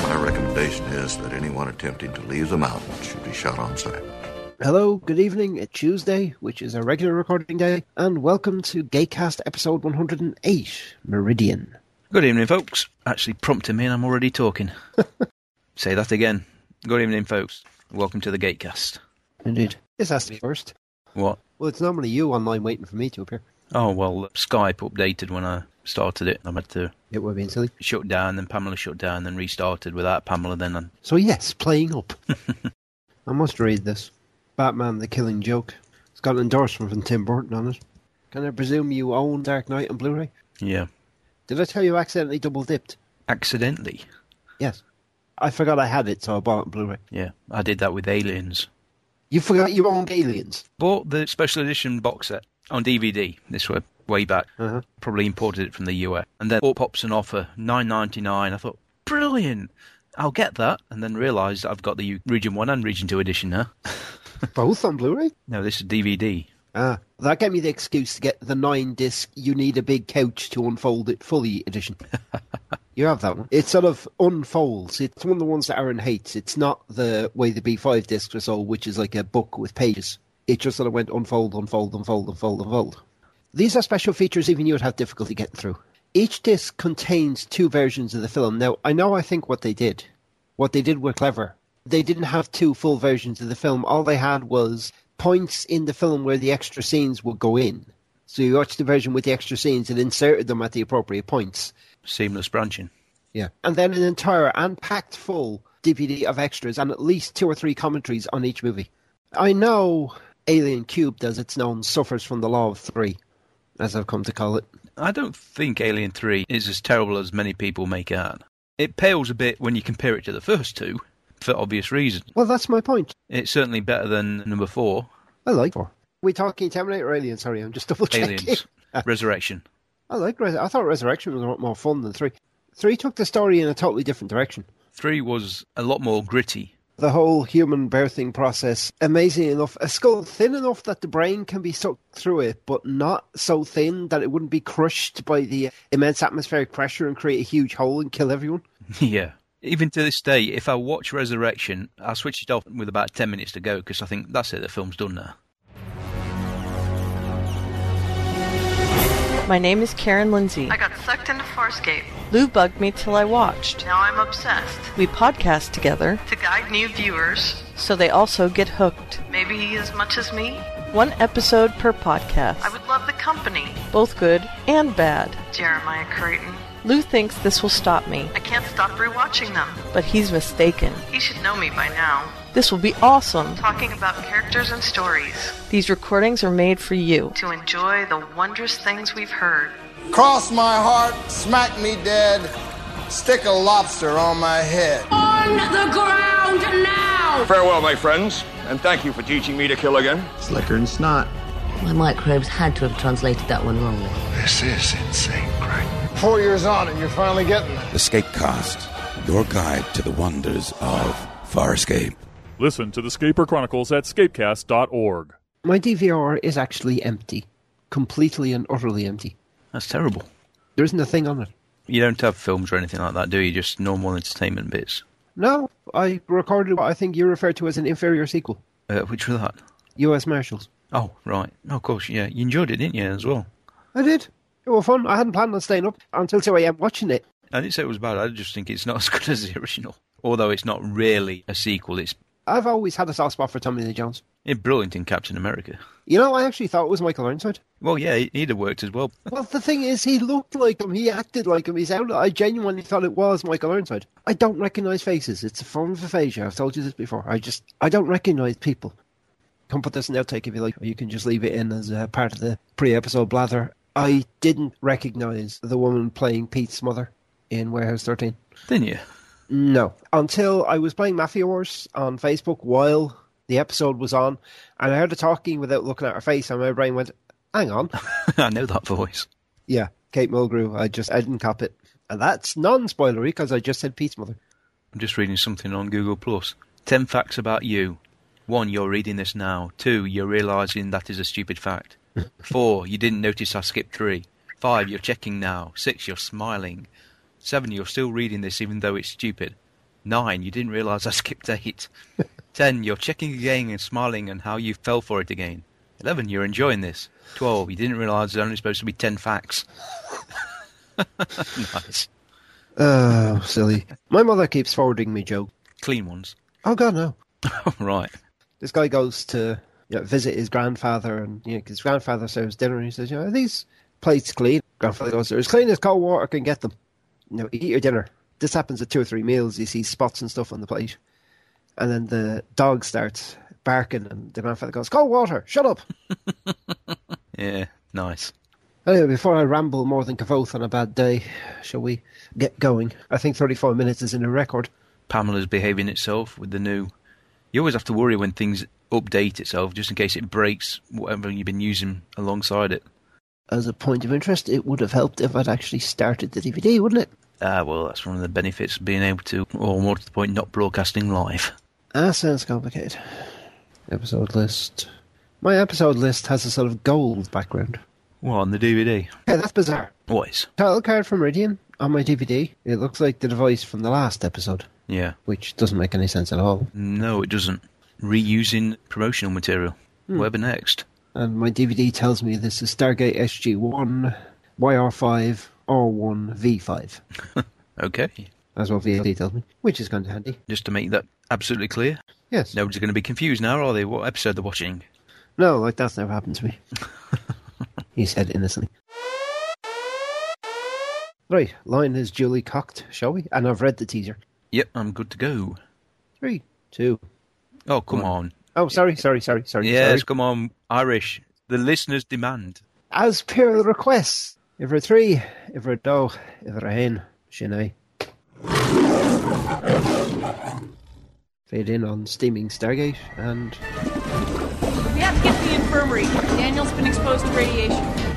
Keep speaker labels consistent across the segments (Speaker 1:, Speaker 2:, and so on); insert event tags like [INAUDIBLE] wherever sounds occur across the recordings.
Speaker 1: my recommendation is that anyone attempting to leave the mountain should be shot on sight.
Speaker 2: Hello, good evening. It's Tuesday, which is a regular recording day, and welcome to Gaycast episode 108, Meridian.
Speaker 3: Good evening, folks. Actually, prompted me and I'm already
Speaker 2: [LAUGHS]
Speaker 3: talking. Say that again. Good evening, folks. Welcome to the Gatecast.
Speaker 2: Indeed. This has to be first.
Speaker 3: What?
Speaker 2: Well, it's normally you online waiting for me to appear.
Speaker 3: Oh, well, Skype updated when I started it. I had to
Speaker 2: It would have been silly.
Speaker 3: shut down, then Pamela shut down, then restarted without Pamela, then. And
Speaker 2: So, yes, playing up. I must read this Batman the Killing Joke. It's got an endorsement from Tim Burton on it. Can I presume you own Dark Knight on Blu ray?
Speaker 3: yeah.
Speaker 2: Did I tell you I accidentally double dipped?
Speaker 3: Accidentally.
Speaker 2: Yes. I forgot I had it, so I bought it on Blu ray.
Speaker 3: Yeah. I did that with Aliens.
Speaker 2: You forgot you owned Aliens.
Speaker 3: Bought the special edition box set on DVD this way, way back.
Speaker 2: Uh-huh.
Speaker 3: Probably imported it from the US. And then up pops an offer, nine ninety nine. I thought, brilliant. I'll get that. And then realised I've got the U- Region 1 and Region 2 edition now. [LAUGHS]
Speaker 2: Both on Blu ray?
Speaker 3: no, this is DVD.
Speaker 2: Ah, that gave me the excuse to get the nine disc You Need a Big Couch to Unfold It Fully [LAUGHS] edition. you have that one. It sort of unfolds. It's one of the ones that Aaron hates. It's not the way the B5 discs were sold, which is like a book with pages. It just sort of went unfold, unfold, unfold, unfold, unfold. These are special features even you would have difficulty getting through. Each disc contains two versions of the film. Now, I know I think what they did. What they did were clever. They didn't have two full versions of the film. All they had was points in the film where the extra scenes would go in. So you watched the version with the extra scenes and inserted them at the appropriate points.
Speaker 3: Seamless branching.
Speaker 2: Yeah. And then an entire and packed full DVD of extras and at least two or three commentaries on each movie. I know Alien Cube, as it's known, suffers from the law of three, as I've come to call it.
Speaker 3: I don't think Alien 3 is as terrible as many people make out. It pales a bit when you compare it to the first two, for obvious reasons.
Speaker 2: Well, that's my point.
Speaker 3: It's certainly better than number 4,
Speaker 2: I like four. [LAUGHS] we talking Terminator or Alien? Sorry, I'm just double checking.
Speaker 3: Aliens, Resurrection.
Speaker 2: I like. Res- I thought Resurrection was a lot more fun than three. Three took the story in a totally different direction.
Speaker 3: 3 was a lot more gritty.
Speaker 2: the whole human birthing process, amazing enough, a skull thin enough that the brain can be sucked through it, but not so thin that it wouldn't be crushed by the immense atmospheric pressure and create a huge hole and kill everyone.
Speaker 3: Yeah. Even to this day, if I watch Resurrection, I switch it off with about 10 minutes to go because I think that's it, the film's done now.
Speaker 4: My name is Karen Lindsay.
Speaker 5: I got sucked into Farscape.
Speaker 4: Lou bugged me till I watched.
Speaker 5: Now I'm obsessed.
Speaker 4: We podcast together,
Speaker 5: To guide new viewers,
Speaker 4: so they also get hooked.
Speaker 5: maybe as much as me,
Speaker 4: One episode per podcast.
Speaker 5: I would love the company.
Speaker 4: Both good and bad.
Speaker 5: Jeremiah Creighton.
Speaker 4: Lou thinks this will stop me,
Speaker 5: I can't stop rewatching them.
Speaker 4: but he's mistaken.
Speaker 5: He should know me by now.
Speaker 4: This will be awesome.
Speaker 5: Talking about characters and stories
Speaker 4: These recordings are made for you.
Speaker 5: to enjoy the wondrous things we've heard.
Speaker 6: Cross my heart, smack me dead, stick a lobster on my head.
Speaker 7: On the ground now!
Speaker 8: Farewell, my friends, and thank you for teaching me to kill again.
Speaker 1: Slicker and snot.
Speaker 7: My microbes had to have translated that one wrongly.
Speaker 1: This is insane, right?
Speaker 6: Four years on, and you're finally getting it.
Speaker 9: Escape Cost, your guide to the wonders of Farscape.
Speaker 10: Listen to the Scaper Chronicles at scapecast.org.
Speaker 2: My DVR is actually empty, completely and utterly empty.
Speaker 3: That's terrible.
Speaker 2: There isn't a thing on it.
Speaker 3: You don't have films or anything like that, do you? Just normal entertainment bits.
Speaker 2: No, I recorded what I think you refer to as an inferior sequel,
Speaker 3: Uh, which was that?
Speaker 2: U.S. Marshals.
Speaker 3: Oh, right. Oh, of course, yeah. You enjoyed it, didn't you, as well?
Speaker 2: I did. It was fun. I hadn't planned on staying up until 2 a.m. watching it.
Speaker 3: I didn't say it was bad, I just think it's not [LAUGHS] as good as the original. Although it's not really a sequel, it's,
Speaker 2: I've always had a soft spot for Tommy Lee Jones.
Speaker 3: it's brilliant in Captain America.
Speaker 2: You know, I actually thought it was Michael Ironside.
Speaker 3: Well, yeah, he'd have worked as well.
Speaker 2: Well, the thing is, he looked like him, he acted like him, he sounded. I genuinely thought it was Michael Ironside. I don't recognise faces. It's a form of aphasia. I've told you this before. I just, I don't recognise people. Can put this in outtake if you like, or you can just leave it in as a part of the pre-episode blather. I didn't recognise the woman playing Pete's mother in Warehouse 13.
Speaker 3: Didn't you?
Speaker 2: No. Until I was playing Mafia Wars on Facebook while the episode was on, and I heard her talking without looking at her face, and my brain went, hang on.
Speaker 3: [LAUGHS] I know that voice.
Speaker 2: Yeah, Kate Mulgrew. I just, I didn't cop it. And that's non spoilery because I just said Pete's mother.
Speaker 3: I'm just reading something on Google Plus. Ten facts about you. One, you're reading this now. Two, you're realizing that is a stupid fact. Four, you didn't notice I skipped three. Five, you're checking now. Six, you're smiling. Seven, you're still reading this even though it's stupid. Nine, you didn't realize I skipped eight. Ten, you're checking again and smiling and how you fell for it again. Eleven, you're enjoying this. Twelve, you didn't realize there's only supposed to be ten facts. [LAUGHS] nice.
Speaker 2: Oh, silly. My mother keeps forwarding me jokes.
Speaker 3: Clean ones.
Speaker 2: Oh, God, no.
Speaker 3: right.
Speaker 2: This guy goes to you know, visit his grandfather, and you know, his grandfather serves dinner, and he says, you know, are these plates clean? Grandfather goes, they're as clean as cold water can get them. You know, eat your dinner. This happens at two or three meals. He sees spots and stuff on the plate. And then the dog starts barking, and the grandfather goes, cold water, shut up.
Speaker 3: Yeah, nice.
Speaker 2: Anyway, before I ramble more than Kavoth on a bad day, shall we get going? I think 34 minutes is in a record.
Speaker 3: Pamela's behaving itself with the new. You always have to worry when things update itself, just in case it breaks whatever you've been using alongside it.
Speaker 2: As a point of interest, it would have helped if I'd actually started the DVD, wouldn't it?
Speaker 3: Ah, well, that's one of the benefits of being able to, or more to the point, not broadcasting [LAUGHS] live.
Speaker 2: Ah, sounds complicated. Episode list. My episode list has a sort of gold background.
Speaker 3: Well, on the DVD.
Speaker 2: Yeah, that's bizarre.
Speaker 3: What is?
Speaker 2: Title card from Meridian on my DVD. It looks like the device from the last episode,
Speaker 3: Yeah.
Speaker 2: which doesn't make any sense at all.
Speaker 3: No, it doesn't. Reusing promotional material.
Speaker 2: Hmm.
Speaker 3: Web next.
Speaker 2: And my DVD tells me this is Stargate SG1, YR5, R1, V5.
Speaker 3: Okay.
Speaker 2: That's what VLD tells me, which is kind of handy.
Speaker 3: Just to make that absolutely clear.
Speaker 2: Yes.
Speaker 3: Nobody's going to be confused now, are they? What episode they're watching?
Speaker 2: No, like that's never happened to me. he said innocently. Right, line is duly cocked, shall we? And I've read the teaser.
Speaker 3: Yep, I'm good to go.
Speaker 2: Three, two.
Speaker 3: Oh, come on.
Speaker 2: Oh, sorry, sorry, sorry, sorry.
Speaker 3: Yes,
Speaker 2: sorry.
Speaker 3: come on, Irish. The listeners demand.
Speaker 2: As per the requests. If we're three, if we're dough, if we're hen, shinai. Fade in on steaming Stargate and
Speaker 11: We have to get to the infirmary. Daniel's been exposed to radiation.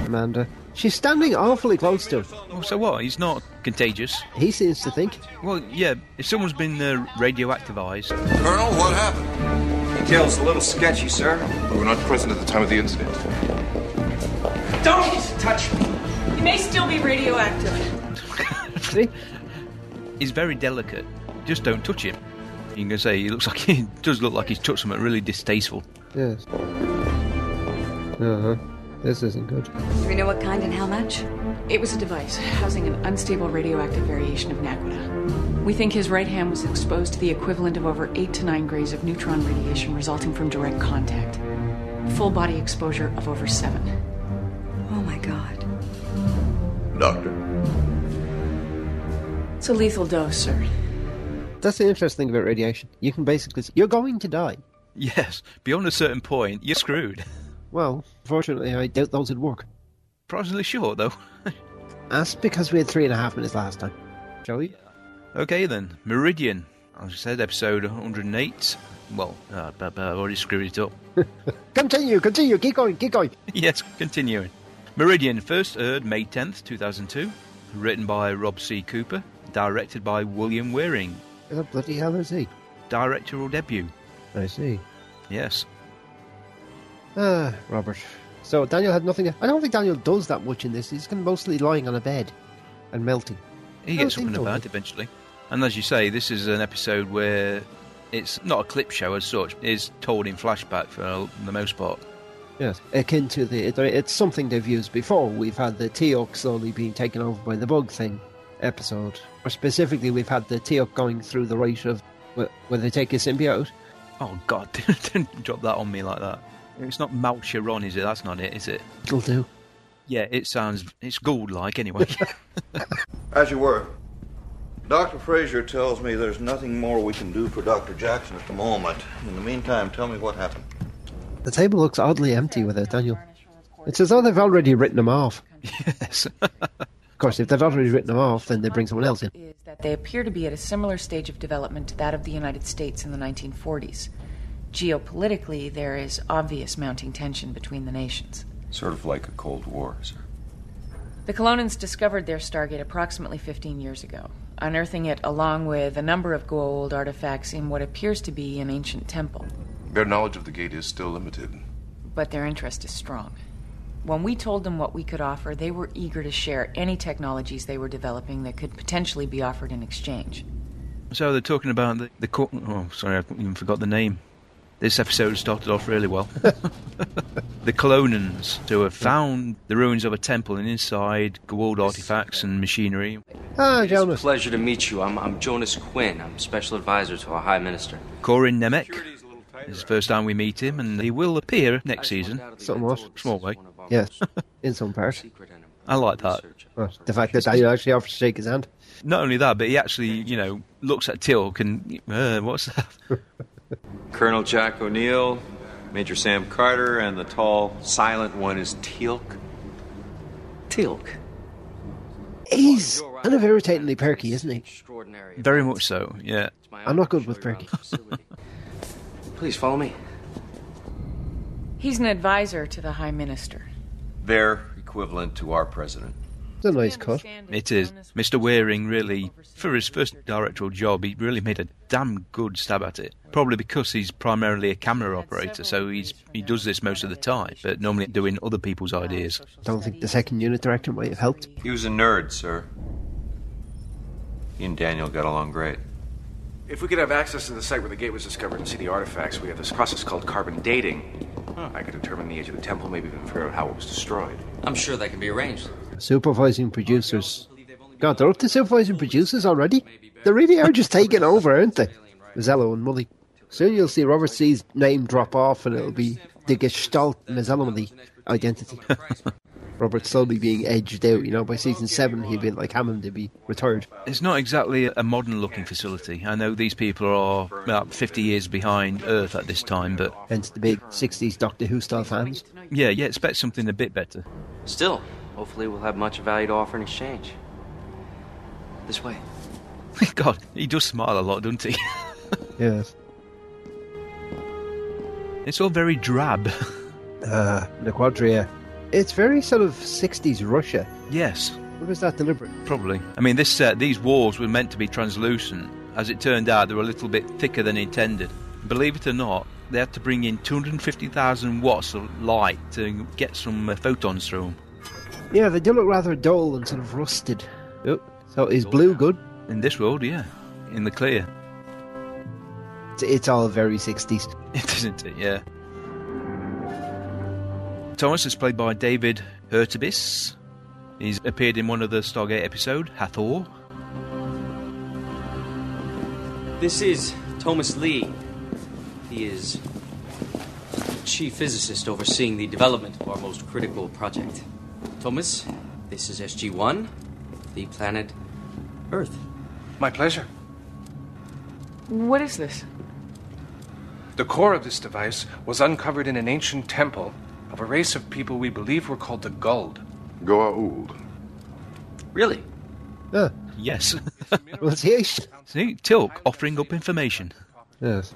Speaker 2: Amanda. She's standing awfully close to him.
Speaker 3: Oh, so what? He's not contagious.
Speaker 2: He seems to think.
Speaker 3: Well, yeah, if someone's been uh, radioactivised.
Speaker 1: Colonel, what happened?
Speaker 12: Details a little sketchy, sir.
Speaker 6: We were not present at the time of the incident.
Speaker 11: Don't touch me. He may still be radioactive.
Speaker 2: See?
Speaker 3: [LAUGHS] He's very delicate. Just don't touch him. You can say he looks like he [LAUGHS] does look like he's touched something really distasteful.
Speaker 2: Yes. Uh huh. This isn't good.
Speaker 13: Do we know what kind and how much?
Speaker 11: It was a device housing an unstable radioactive variation of Naquita. We think his right hand was exposed to the equivalent of over 8 to 9 grays of neutron radiation resulting from direct contact. Full body exposure of over 7.
Speaker 13: Oh my god.
Speaker 1: Doctor,
Speaker 11: It's a lethal dose, sir.
Speaker 2: That's the interesting thing about radiation. You can basically s- you're going to die.
Speaker 3: Yes, beyond a certain point, you're screwed.
Speaker 2: Well, fortunately, I doubt those would work.
Speaker 3: Surprisingly short, though.
Speaker 2: That's because we had three and a half minutes last time. Shall we?
Speaker 3: Okay then, Meridian. As I said, episode 108. Well, uh, but, but I've already screwed it up. [LAUGHS]
Speaker 2: Continue, continue, keep going, keep going.
Speaker 3: yes, continuing. Meridian, first aired May 10th, 2002. Written by Rob C. Cooper. Directed by William Wearing.
Speaker 2: The bloody hell is he?
Speaker 3: Directorial debut.
Speaker 2: I see.
Speaker 3: Yes.
Speaker 2: Ah, Robert. So Daniel had nothing. I don't think Daniel does that much in this. He's kind of mostly lying on a bed and melting.
Speaker 3: He
Speaker 2: I don't
Speaker 3: gets up
Speaker 2: think
Speaker 3: and
Speaker 2: so.
Speaker 3: about eventually. And as you say, this is an episode where it's not a clip show as such. It's told in flashback for the most part.
Speaker 2: Yes, akin to the it's something they've used before. We've had the Teok slowly being taken over by the bug thing episode, or specifically, we've had the Teok going through the rite of where, where they take a symbiote.
Speaker 3: Oh God! [LAUGHS] Don't drop that on me like that. It's not Malcheron, is it? That's not it, is it?
Speaker 2: It'll do.
Speaker 3: Yeah, it sounds it's Gould-like anyway.
Speaker 1: as you were. Dr. Frazier tells me there's nothing more we can do for Dr. Jackson at the moment. In the meantime, tell me what happened.
Speaker 2: The table looks [LAUGHS] oddly empty without Daniel. It's as though they've already written him off.
Speaker 3: yes.
Speaker 2: course, if they've already written them off, then they bring someone else in.
Speaker 11: Is that they appear to be at a similar stage of development to that of the United States in the 1940s. Geopolitically, there is obvious mounting tension between the nations.
Speaker 14: Sort of like a Cold War, sir.
Speaker 11: The Colonians discovered their Stargate approximately 15 years ago, unearthing it along with a number of gold artifacts in what appears to be an ancient temple.
Speaker 15: Their knowledge of the gate is still limited.
Speaker 11: But their interest is strong. When we told them what we could offer, they were eager to share any technologies they were developing that could potentially be offered in exchange.
Speaker 3: So they're talking about the, the co- oh sorry I even forgot the name. This episode started off really well. the Colonans, who have found the ruins of a temple and inside gold artifacts and machinery.
Speaker 2: Hi,
Speaker 16: Jonas. pleasure to meet you. I'm, I'm Jonas Quinn. I'm special advisor to our High Minister.
Speaker 3: Corin Nemec. It's the first time we meet him, and he will appear next season.
Speaker 2: Somewhat.
Speaker 3: Small way.
Speaker 2: Yes, in some parts.
Speaker 3: I like that.
Speaker 2: Well, the fact that I actually offered to shake his hand.
Speaker 3: Not only that, but he actually, you know, looks at Tilk and uh, what's that?
Speaker 14: Colonel Jack O'Neill, Major Sam Carter, and the tall, silent one is Teal'c.
Speaker 16: Teal'c.
Speaker 2: He's kind of irritatingly perky, isn't he?
Speaker 3: Very much so. Yeah.
Speaker 2: I'm not good with perky.
Speaker 16: Please follow me.
Speaker 11: He's an advisor to the High Minister.
Speaker 14: Their equivalent to our president.
Speaker 2: [LAUGHS] It's a [LAUGHS] nice cut.
Speaker 3: It is. Mr. Waring really, for his first directorial job, he really made a damn good stab at it. Probably because he's primarily a camera operator, so he's he does this most of the time, but normally doing other people's ideas.
Speaker 2: Don't think the second unit director might have helped.
Speaker 14: He was a nerd, sir. He and Daniel got along great.
Speaker 15: If we could have access to the site where the gate was discovered and see the artifacts, we have this process called carbon dating. I could determine the age of the temple, maybe even figure out how it was destroyed.
Speaker 16: I'm sure that can be arranged.
Speaker 2: Supervising producers. God, they're up to supervising producers already? They really are [LAUGHS] just taking over, aren't they? Mazzello and Mully. Soon you'll see Robert C's name drop off and it'll be the Gestalt Mazzello identity. [LAUGHS] Robert slowly being edged out. You know, by season seven, he'd be like Hammond, he'd be retired.
Speaker 3: It's not exactly a modern looking facility. I know these people are about 50 years behind Earth at this time, but.
Speaker 2: Hence the big 60s Doctor Who style fans.
Speaker 3: Yeah, yeah, expect something a bit better. [LAUGHS]
Speaker 16: Still, hopefully, we'll have much value to offer in exchange. This way.
Speaker 3: God, he does smile a lot, doesn't he? [LAUGHS]
Speaker 2: yes.
Speaker 3: It's all very drab.
Speaker 2: [LAUGHS] Uh, the Quadria it's very sort of 60s Russia.
Speaker 3: Yes.
Speaker 2: Or was that deliberate?
Speaker 3: Probably. I mean, this uh, these walls were meant to be translucent. As it turned out, they were a little bit thicker than intended. Believe it or not, they had to bring in 250,000 watts of light to get some uh, photons through [LAUGHS] them.
Speaker 2: Yeah, they do look rather dull and sort of rusted. Yep. So is blue good?
Speaker 3: Oh. In this world, yeah. In the clear.
Speaker 2: It's, it's all very 60s.
Speaker 3: It isn't it, yeah. Thomas is played by David Hurtubis. He's appeared in one of the Stargate episode, Hathor.
Speaker 16: This is Thomas Lee. He is chief physicist overseeing the development of our most critical project. Thomas, this is SG-1, the planet Earth.
Speaker 15: My pleasure.
Speaker 11: What is this?
Speaker 15: The core of this device was uncovered in an ancient temple of a race of people we believe were called the Gold.
Speaker 17: Goa'uld.
Speaker 16: Really?
Speaker 2: Yeah.
Speaker 3: Yes.
Speaker 2: [LAUGHS] well, see, see,
Speaker 3: Tilk offering up information.
Speaker 2: Yes.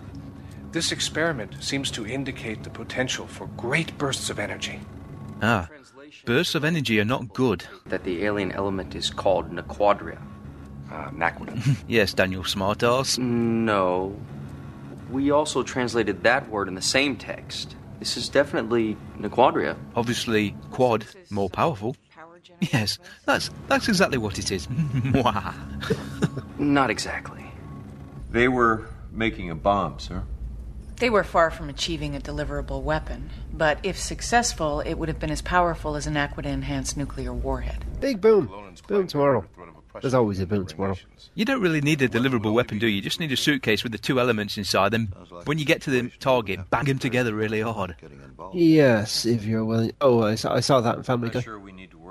Speaker 15: This experiment seems to indicate the potential for great bursts of energy.
Speaker 3: Ah, bursts of energy are not good.
Speaker 16: That the alien element is called Naquadria.
Speaker 15: Uh, Naquadria.
Speaker 3: [LAUGHS] yes, Daniel Smartass.
Speaker 16: No. We also translated that word in the same text. This is definitely Nequadria.
Speaker 3: Obviously, quad more powerful. Yes, that's that's exactly what it is. [LAUGHS]
Speaker 16: Not exactly.
Speaker 14: They were making a bomb, sir.
Speaker 11: They were far from achieving a deliverable weapon, but if successful, it would have been as powerful as an Aquita enhanced nuclear warhead.
Speaker 2: Big boom. Boom tomorrow. There's always a boom tomorrow.
Speaker 3: You don't really need a deliverable weapon, do you? You just need a suitcase with the two elements inside. Then, when you get to the target, bang them together really hard.
Speaker 2: Yes, if you're willing. Oh, I saw, I saw that in Family Guy.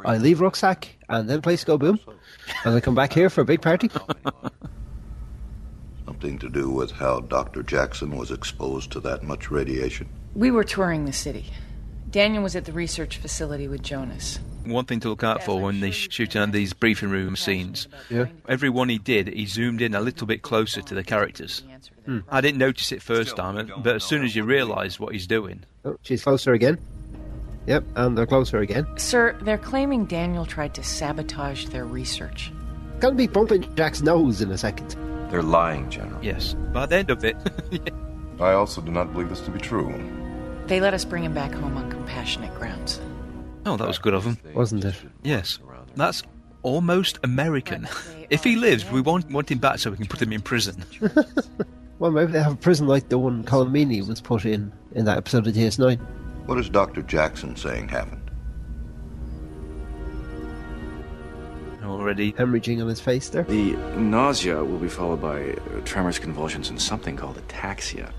Speaker 2: I leave rucksack and then place go boom, and I come back here for a big party.
Speaker 1: Something to do with how Dr. Jackson was exposed to that much radiation?
Speaker 11: We were touring the city. Daniel was at the research facility with Jonas.
Speaker 3: One thing to look out for when they shoot on these briefing room scenes,
Speaker 2: Yeah.
Speaker 3: every one he did, he zoomed in a little bit closer to the characters.
Speaker 2: Hmm.
Speaker 3: I didn't notice it first time, but as soon as you realise what he's doing,
Speaker 2: Oh, she's closer again. Yep, and they're closer again.
Speaker 11: Sir, they're claiming Daniel tried to sabotage their research.
Speaker 2: Gonna be bumping Jack's nose in a second.
Speaker 6: They're lying, General.
Speaker 3: Yes. By the end of it. [LAUGHS]
Speaker 6: I also do not believe this to be true.
Speaker 11: They let us bring him back home on compassionate grounds.
Speaker 3: oh, that was good of him.
Speaker 2: Wasn't it?
Speaker 3: Yes, that's almost American. [LAUGHS] If he lives, we want, want him back so we can put him in prison.
Speaker 2: Well, maybe they have a prison like the one Colomini was put in in that episode of DS9.
Speaker 1: What is Dr. Jackson saying happened?
Speaker 3: Already
Speaker 2: hemorrhaging on his face there.
Speaker 18: The nausea will be followed by uh, tremors, convulsions, and something called ataxia.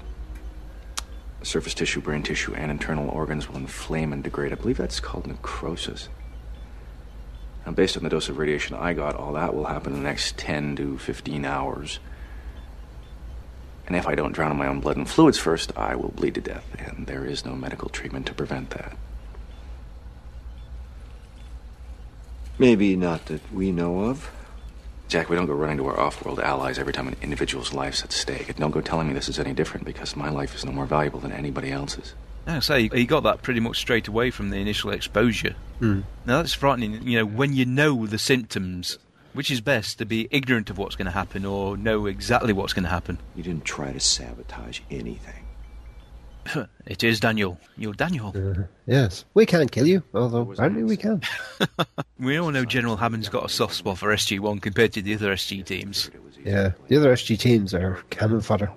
Speaker 18: Surface tissue, brain tissue, and internal organs will inflame and degrade. I believe that's called necrosis. And based on the dose of radiation I got, all that will happen in the next 10 to 15 hours. And if I don't drown in my own blood and fluids first, I will bleed to death, and there is no medical treatment to prevent that.
Speaker 6: Maybe not that we know of.
Speaker 18: Jack, we don't go running to our off world allies every time an individual's life's at stake. And don't go telling me this is any different because my life is no more valuable than anybody else's.
Speaker 3: I say he got that pretty much straight away from the initial exposure. Now that's frightening. You know, when you know the symptoms, which is best to be ignorant of what's going to happen or know exactly what's going to happen.
Speaker 6: You didn't try to sabotage anything.
Speaker 3: [LAUGHS] it is Daniel. You're Daniel.
Speaker 2: Yes, we can't kill you, although apparently we can.
Speaker 3: We all know General Hammond's got a soft spot for SG1 compared to the other SG teams.
Speaker 2: Yeah, the other SG teams are cannon fodder,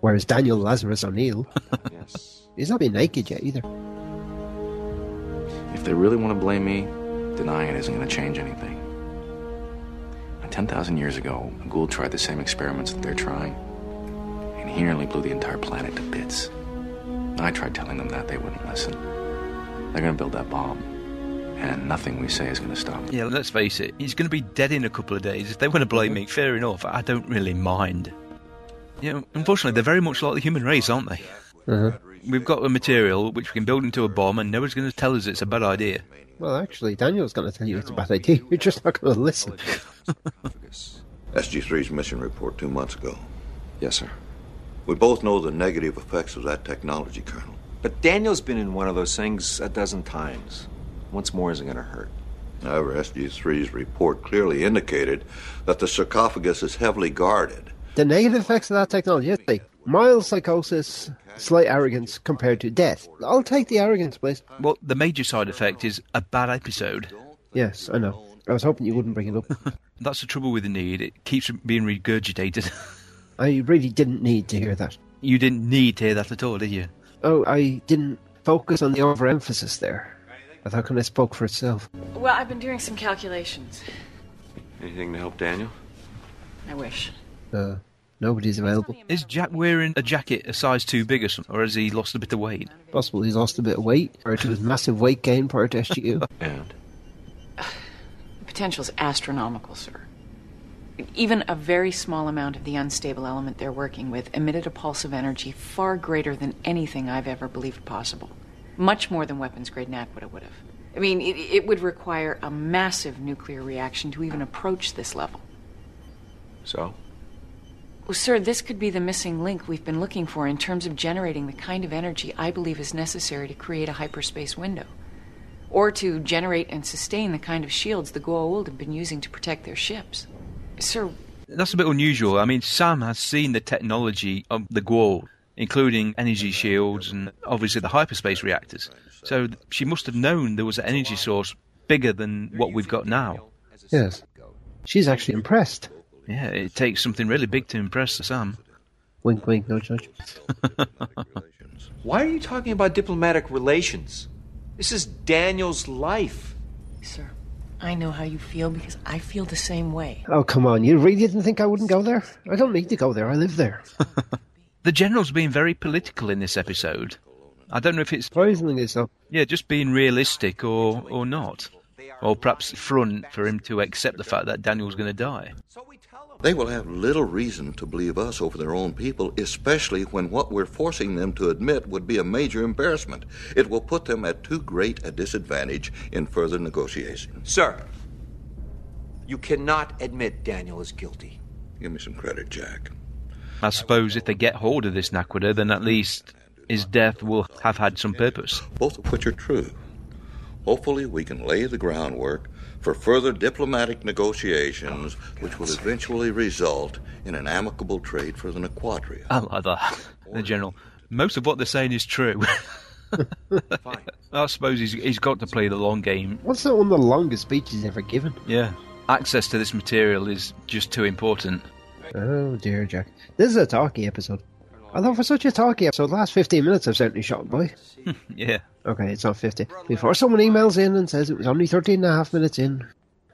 Speaker 2: whereas Daniel Lazarus O'Neill, he's not been naked yet either.
Speaker 18: If they really want to blame me, denying it isn't going to change anything. And 10,000 years ago, Gould tried the same experiments that they're trying, and he nearly blew the entire planet to bits. I tried telling them that, they wouldn't listen. They're going to build that bomb, and nothing we say is going to stop them.
Speaker 3: Yeah, let's face it, he's going to be dead in a couple of days. If they want to blame
Speaker 6: Uh-huh.
Speaker 3: me, fair enough. I don't really mind. You know, unfortunately, they're very much like the human race, aren't they?
Speaker 2: Uh-huh.
Speaker 3: We've got a material which we can build into a bomb, and nobody's going to tell us it's a bad idea.
Speaker 2: Well, actually, Daniel's going to tell you it's a bad idea. [LAUGHS] You're just not going to listen.
Speaker 1: SG3's mission report two months ago.
Speaker 6: Yes, sir.
Speaker 1: We both know the negative effects of that technology, Colonel.
Speaker 6: But Daniel's been in one of those things a dozen times. Once more isn't going to hurt.
Speaker 1: However, SG3's report clearly indicated that the sarcophagus is heavily guarded.
Speaker 2: The negative effects of that technology, yes, they mild psychosis, slight arrogance compared to death. I'll take the arrogance, please.
Speaker 3: Well, the major side effect is a bad episode.
Speaker 2: Yes, I know. I was hoping you wouldn't bring it up. [LAUGHS]
Speaker 3: That's the trouble with the need, it keeps being regurgitated. [LAUGHS]
Speaker 2: I really didn't need to hear that.
Speaker 3: you didn't need to hear that at all, did you?
Speaker 2: Oh, I didn't focus on the overemphasis there. I thought kind of spoke for itself.
Speaker 11: Well, I've been doing some calculations.
Speaker 14: Anything to help Daniel?
Speaker 11: I wish.
Speaker 2: Uh, nobody's available.
Speaker 3: Is Jack wearing a jacket a size too big or something, or has he lost a bit of weight?
Speaker 2: Possible he's lost a bit of weight, or to his massive weight gain prior to SGU.
Speaker 14: And?
Speaker 11: The potential's astronomical, sir. Even a very small amount of the unstable element they're working with emitted a pulse of energy far greater than anything I've ever believed possible. Much more than weapons grade Naquita would have. I mean, it, it would require a massive nuclear reaction to even approach this level.
Speaker 14: So?
Speaker 11: Well, sir, this could be the missing link we've been looking for in terms of generating the kind of energy I believe is necessary to create a hyperspace window, or to generate and sustain the kind of shields the Goa'uld have been using to protect their ships. Sir,
Speaker 3: That's a bit unusual. I mean, Sam has seen the technology of the Gwall, including energy shields and obviously the hyperspace reactors. So th- she must have known there was an energy source bigger than what we've got now.
Speaker 2: Yes. She's actually impressed.
Speaker 3: Yeah, it takes something really big to impress Sam. [LAUGHS]
Speaker 2: Wink, wink, no judge.
Speaker 14: Why are you talking about diplomatic relations? This is Daniel's life.
Speaker 11: sir, I know how you feel because I feel the same way.
Speaker 2: Oh, come on. You really didn't think I wouldn't go there? I don't need to go there. I live there.
Speaker 3: The general's being very political in this episode. I don't know if it's
Speaker 2: poisoning itself.
Speaker 3: Yeah, just being realistic or or not. Or perhaps front for him to accept the fact that Daniel's going to die.
Speaker 1: They will have little reason to believe us over their own people, especially when what we're forcing them to admit would be a major embarrassment. It will put them at too great a disadvantage in further negotiation.
Speaker 14: Sir, you cannot admit Daniel is guilty.
Speaker 1: Give me some credit, Jack.
Speaker 3: I suppose if they get hold of this Nakwada, then at least his death will have had some purpose.
Speaker 1: Both of which are true. Hopefully, we can lay the groundwork for further diplomatic negotiations, which will eventually result in an amicable trade for the Nequadria.
Speaker 3: I like that. The general. Most of what they're saying is true. [LAUGHS] I suppose he's, he's got to play the long game.
Speaker 2: What's that one of the longest speeches ever given?
Speaker 3: Yeah. Access to this material is just too important. [LAUGHS]
Speaker 2: Oh dear, Jack. This is a talkie episode. Although for such a talkie episode, the last 15 minutes I've certainly shot by.
Speaker 3: yeah.
Speaker 2: Okay, it's not 50. Before someone emails in and says it was only 13 and a half minutes in.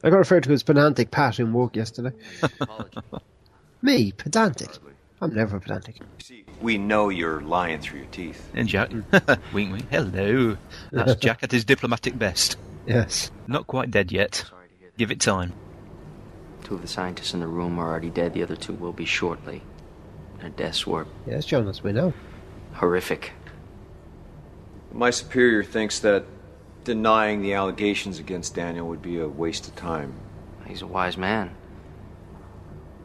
Speaker 2: I got referred to as pedantic Pat in walk yesterday. [LAUGHS] Me, pedantic. I'm never pedantic.
Speaker 14: We know you're lying through your teeth. [LAUGHS]
Speaker 3: And Jack, wink wink, hello. That's Jack at his diplomatic best.
Speaker 2: Yes.
Speaker 3: Not quite dead yet. Give it time.
Speaker 16: Two of the scientists in the room are already dead. The other two will be shortly. Their deaths were
Speaker 2: Yes, Jonas, we know.
Speaker 16: horrific.
Speaker 19: My superior thinks that denying the allegations against Daniel would be a waste of time.
Speaker 16: He's a wise man.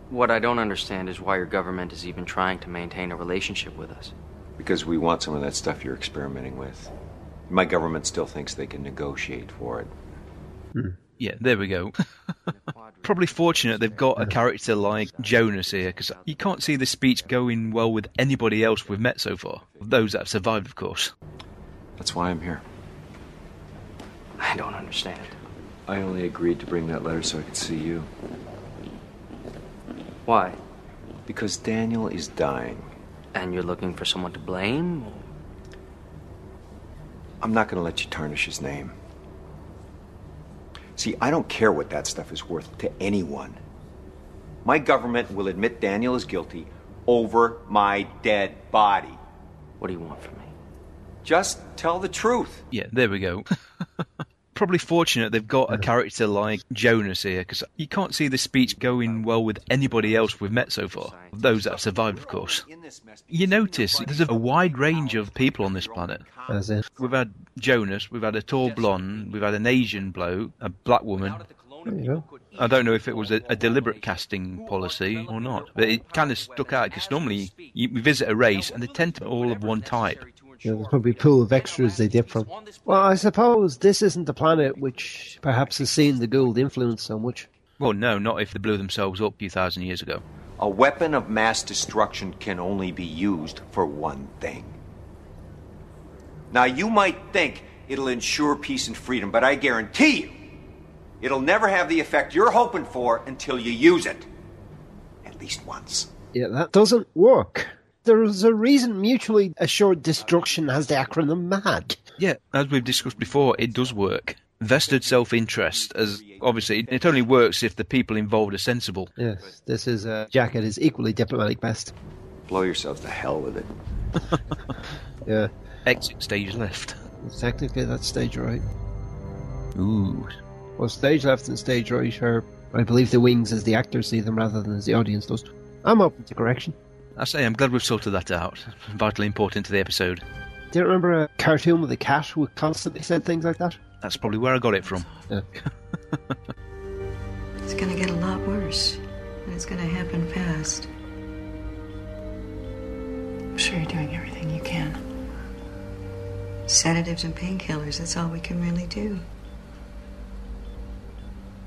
Speaker 16: What I don't understand is why your government is even trying to maintain a relationship with us.
Speaker 14: Because we want some of that stuff you're experimenting with. My government still thinks they can negotiate for it.
Speaker 3: Yeah, there we go. [LAUGHS] Probably fortunate they've got a character like Jonas here, because you can't see this speech going well with anybody else we've met so far. Those that have survived, of course.
Speaker 14: That's why I'm here.
Speaker 16: I don't understand.
Speaker 14: I only agreed to bring that letter so I could see you.
Speaker 16: Why?
Speaker 14: Because Daniel is dying.
Speaker 16: And you're looking for someone to blame?
Speaker 14: I'm not going to let you tarnish his name. See, I don't care what that stuff is worth to anyone. My government will admit Daniel is guilty over my dead body.
Speaker 16: What do you want from me?
Speaker 14: Just tell the truth.
Speaker 3: Yeah, there we go. [LAUGHS] Probably fortunate they've got a character like Jonas here, because you can't see this speech going well with anybody else we've met so far. Those that have survived, of course. You notice there's a wide range of people on this planet.
Speaker 2: As in,
Speaker 3: We've had Jonas, we've had a tall blonde, we've had an Asian bloke, a black woman.
Speaker 2: there you go.
Speaker 3: I don't know if it was a, a deliberate casting policy or not, but it kind of stuck out because normally you we visit a race and they tend to be all of one type.
Speaker 2: Yeah, there's probably a pool of extras they dip from. Well, I suppose this isn't the planet which perhaps has seen the Gould influence so much.
Speaker 3: Well, no, not if they blew themselves up a few thousand years ago.
Speaker 14: A weapon of mass destruction can only be used for one thing. Now, you might think it'll ensure peace and freedom, but I guarantee you it'll never have the effect you're hoping for until you use it. At least once.
Speaker 2: Yeah, that doesn't work. There is a reason mutually assured destruction has the acronym MAD.
Speaker 3: Yeah, as we've discussed before, it does work. Vested self interest, as obviously it only works if the people involved are sensible.
Speaker 2: Yes, this is uh, jacket is equally diplomatic best.
Speaker 14: Blow yourselves to
Speaker 9: [LAUGHS]
Speaker 14: hell with it.
Speaker 2: Yeah,
Speaker 3: Exit stage left.
Speaker 2: it's technically that's stage right.
Speaker 3: Ooh.
Speaker 2: Well, stage left and stage right are, I believe, the wings as the actors see them rather than as the audience does. I'm open to correction.
Speaker 3: I say, I'm glad we've sorted that out. Vitally important to the episode.
Speaker 2: Do you remember a cartoon with a cat who constantly said things like that?
Speaker 3: That's probably where I got it from.
Speaker 2: Yeah.
Speaker 13: It's gonna get a lot worse, and it's gonna happen fast.
Speaker 20: I'm sure you're doing everything you can.
Speaker 13: Sedatives and painkillers, that's all we can really do.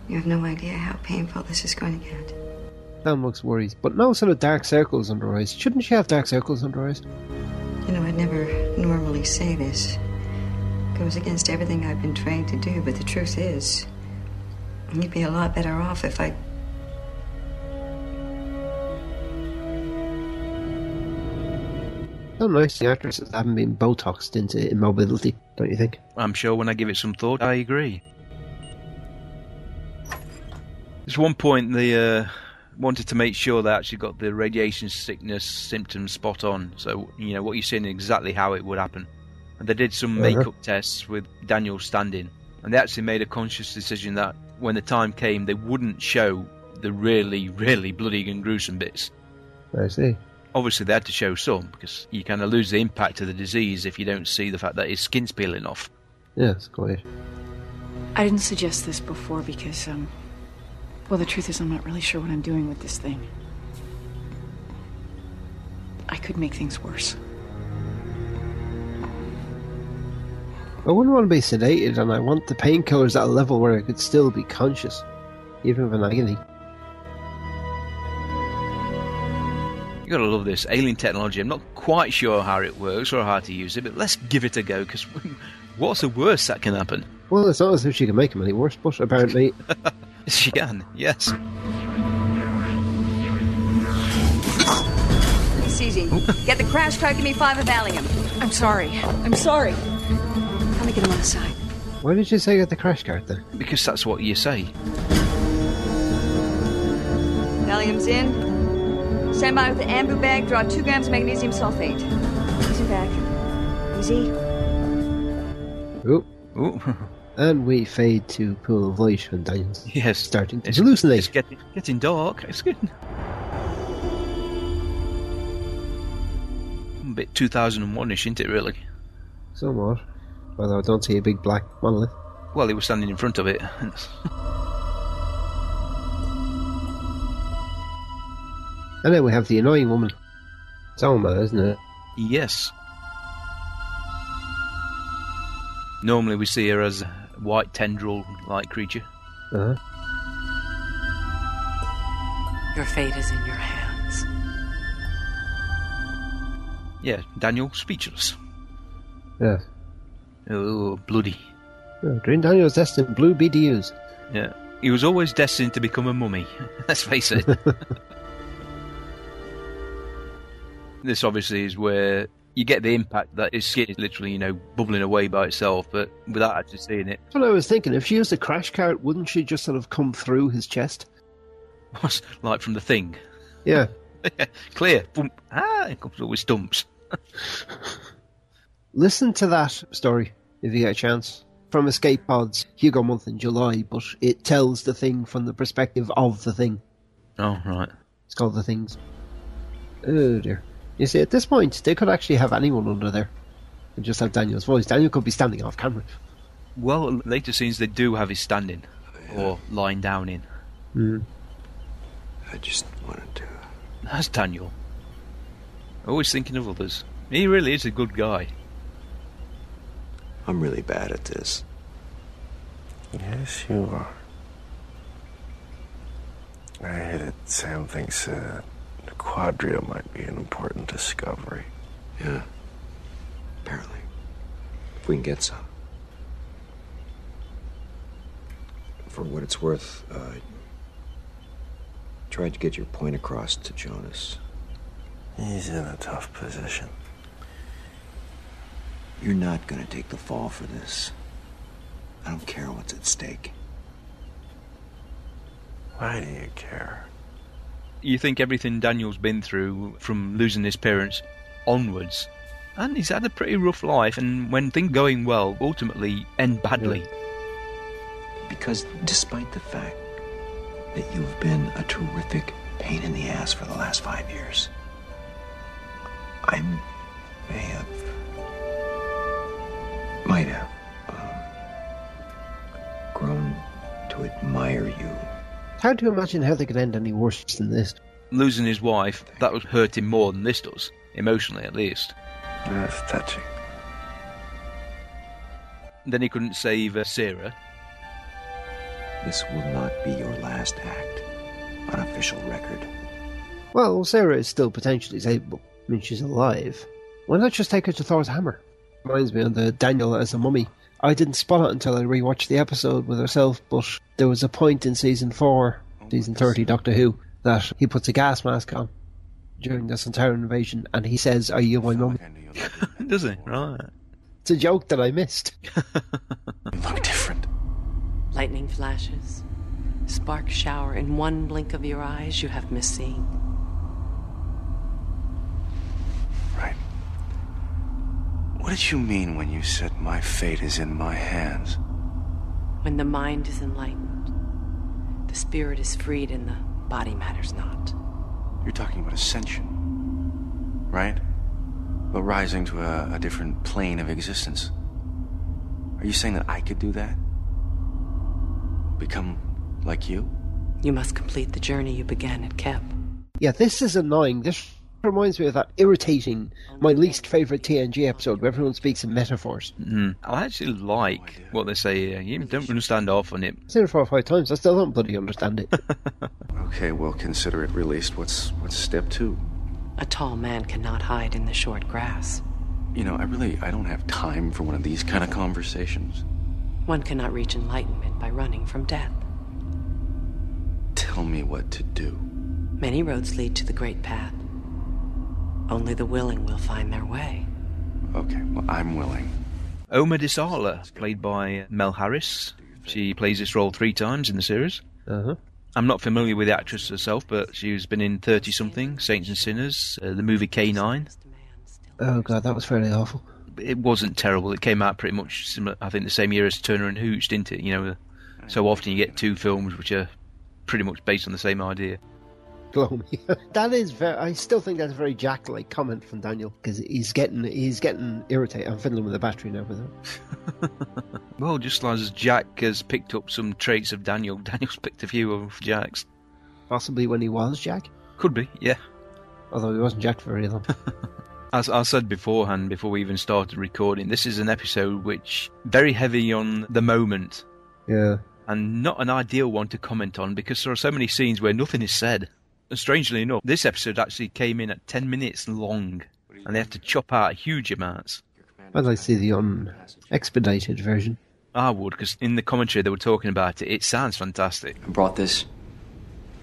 Speaker 13: You have no idea how painful this is going to get.
Speaker 2: Sam looks worried, but no sort of dark circles under her eyes. Shouldn't she have dark circles under her eyes?
Speaker 13: You know, I'd never normally say this. goes against everything I've been trained to do, but the truth is, you'd be a lot better off if I.
Speaker 2: So nice the actresses haven't been Botoxed into immobility, don't you think?
Speaker 3: I'm sure when I give it some thought, I agree. There's one point they uh, wanted to make sure they actually got the radiation sickness symptoms spot on. So, you know, what you're seeing is exactly how it would happen. And they did some
Speaker 2: Uh-huh.
Speaker 3: makeup tests with Daniel standing. And they actually made a conscious decision that when the time came, they wouldn't show the really, really bloody and gruesome bits.
Speaker 2: I see.
Speaker 3: Obviously, they had to show some because you kind of lose the impact of the disease if you don't see the fact that his skin's peeling off.
Speaker 2: Yeah, it's quite.
Speaker 11: I didn't suggest this before because, um, well, the truth is, I'm not really sure what I'm doing with this thing. I could make things worse.
Speaker 2: I wouldn't want to be sedated, and I want the painkillers at a level where I could still be conscious, even with an agony.
Speaker 3: You gotta love this alien technology. I'm not quite sure how it works or how to use it, but let's give it a go because [LAUGHS] what's the worst that can happen?
Speaker 2: Well, it's not as if she can make them any worse, but apparently.
Speaker 3: [LAUGHS] she can, yes.
Speaker 13: It's easy. Get the crash cart, give me five of Valium.
Speaker 11: I'm sorry. I'm sorry.
Speaker 13: Let me get him on the side.
Speaker 2: Why did you say at the crash cart then?
Speaker 3: Because that's what you say.
Speaker 13: Valium's in. Stand by with the ambu bag. Draw two grams of magnesium sulfate. Easy back. Easy.
Speaker 2: Ooh.
Speaker 3: Ooh.
Speaker 2: [LAUGHS] And we fade to pool of light when Daniel's
Speaker 3: yes.
Speaker 2: starting to hallucinate.
Speaker 3: It's getting, getting dark. It's getting. A bit 2001 ish, isn't it, really?
Speaker 2: Somewhat. Although I don't see a big black monolith.
Speaker 3: Well, he was standing in front of it. [LAUGHS]
Speaker 2: And then we have the annoying woman. It's Alma, isn't it?
Speaker 3: yes. Normally we see her as a white tendril like creature.
Speaker 2: Uh-huh.
Speaker 5: Your fate is in your hands.
Speaker 3: Yeah, Daniel, speechless.
Speaker 2: Yeah.
Speaker 3: Oh, bloody.
Speaker 2: yeah. Green Daniel's destined blue BDUs.
Speaker 3: Yeah. He was always destined to become a mummy. [LAUGHS] Let's face it. this obviously is where you get the impact that his skin is literally, you know, bubbling away by itself, but without actually seeing it.
Speaker 2: That's what I was thinking. If she used a crash cart, wouldn't she just sort of come through his chest?
Speaker 3: Was like from the thing. [LAUGHS]
Speaker 2: Yeah.
Speaker 3: Clear. Boom. Ah, it comes up with stumps.
Speaker 2: Listen to that story if you get a chance. From Escape Pods, Hugo Month in July, but it tells the thing from the perspective of the thing.
Speaker 3: Oh, right.
Speaker 2: It's called The Things. Oh dear. You see, at this point, they could actually have anyone under there and just have Daniel's voice. Daniel could be standing off camera.
Speaker 3: Well, later scenes they do have his standing or lying down in.
Speaker 2: Mm.
Speaker 9: I just wanted to. uh,
Speaker 3: That's Daniel. Always thinking of others. He really is a good guy.
Speaker 9: I'm really bad at this.
Speaker 21: Yes, you are. I heard Sam thinks uh, the quadria might be an important discovery.
Speaker 9: Yeah. Apparently. If we can get some. For what it's worth, uh, I tried to get your point across to Jonas.
Speaker 21: He's in a tough position.
Speaker 9: You're not gonna take the fall for this. I don't care what's at stake.
Speaker 21: Why do you care?
Speaker 3: You think everything Daniel's been through from losing his parents onwards, and he's had a pretty rough life, and when things going well, ultimately end badly.
Speaker 9: Because despite the fact that you've been a terrific pain in the ass for the last five years, I'm. I have. might have. Um, grown to admire you.
Speaker 2: It's hard to imagine how they could end any worse than this.
Speaker 3: Losing his wife, that would hurt him more than this does, emotionally at least.
Speaker 21: That's touching.
Speaker 3: Then he couldn't save uh, Sarah.
Speaker 9: This will not be your last act on official record.
Speaker 2: Well, Sarah is still potentially savable. I mean, she's alive. Why not just take her to Thor's hammer? Reminds me of the Daniel as a mummy. I didn't spot it until I rewatched the episode with herself, but there was a point in season four, season thirty, Doctor Who, that he puts a gas mask on during the Centauran invasion, and he says, "Are you my mummy?"
Speaker 3: [LAUGHS] Does he? Right.
Speaker 2: It's a joke that I missed.
Speaker 9: [LAUGHS] Look different.
Speaker 5: Lightning flashes, sparks shower in one blink of your eyes, you have missing.
Speaker 21: Right. What did you mean when you said my fate is in my hands?
Speaker 5: When the mind is enlightened, the spirit is freed and the body matters not.
Speaker 18: You're talking about ascension, right? About rising to a, a different plane of existence. Are you saying that I could do that? Become like you?
Speaker 5: You must complete the journey you began at Kep.
Speaker 2: Yeah, this is annoying. This reminds me of that irritating, my least favorite TNG episode where everyone speaks in metaphors.
Speaker 18: Mm-hmm.
Speaker 3: Mm. I actually like what they say here. You don't understand off on it.
Speaker 2: I've seen it four or five times. I still don't bloody understand
Speaker 3: [LAUGHS]
Speaker 2: it.
Speaker 18: Okay, well, consider it released. What's what's step two?
Speaker 5: A tall man cannot hide in the short grass.
Speaker 18: You know, I really I don't have time for one of these kind of conversations.
Speaker 5: One cannot reach enlightenment by running from death.
Speaker 18: Tell me what to do.
Speaker 5: Many roads lead to the great path. Only the willing will find their way.
Speaker 18: Okay, well, I'm willing.
Speaker 3: Oma Disala, played by Mel Harris. She plays this role three times in the series.
Speaker 2: Uh-huh.
Speaker 3: I'm not familiar with the actress herself, but she's been in 30 something, Saints and Sinners, uh, the movie K9.
Speaker 2: Oh god, that was fairly awful.
Speaker 3: It wasn't terrible. It came out pretty much similar, I think, the same year as Turner and Hooch, didn't it? You know, uh, so often you get two films which are pretty much based on the same idea.
Speaker 2: Blow me. [LAUGHS] that is very. I still think that's a very Jack-like comment from Daniel because he's getting he's getting irritated. I'm fiddling with the battery now with it.
Speaker 3: Well, just as Jack has picked up some traits of Daniel, [LAUGHS] Daniel's picked a few of Jack's.
Speaker 2: Possibly when he was Jack,
Speaker 3: Could be, yeah.
Speaker 2: although he wasn't Jack for very
Speaker 3: [LAUGHS]
Speaker 2: long.
Speaker 3: As I said beforehand, before we even started recording, this is an episode which very heavy on the moment
Speaker 2: yeah.
Speaker 3: and not an ideal one to comment on because there are so many scenes where nothing is said. And strangely enough, this episode actually came in at 10 minutes long and they had to chop out huge amounts.
Speaker 2: I'd like to see the un expedited version.
Speaker 3: I would, because in the commentary they were talking about it, it sounds fantastic.
Speaker 16: I brought this.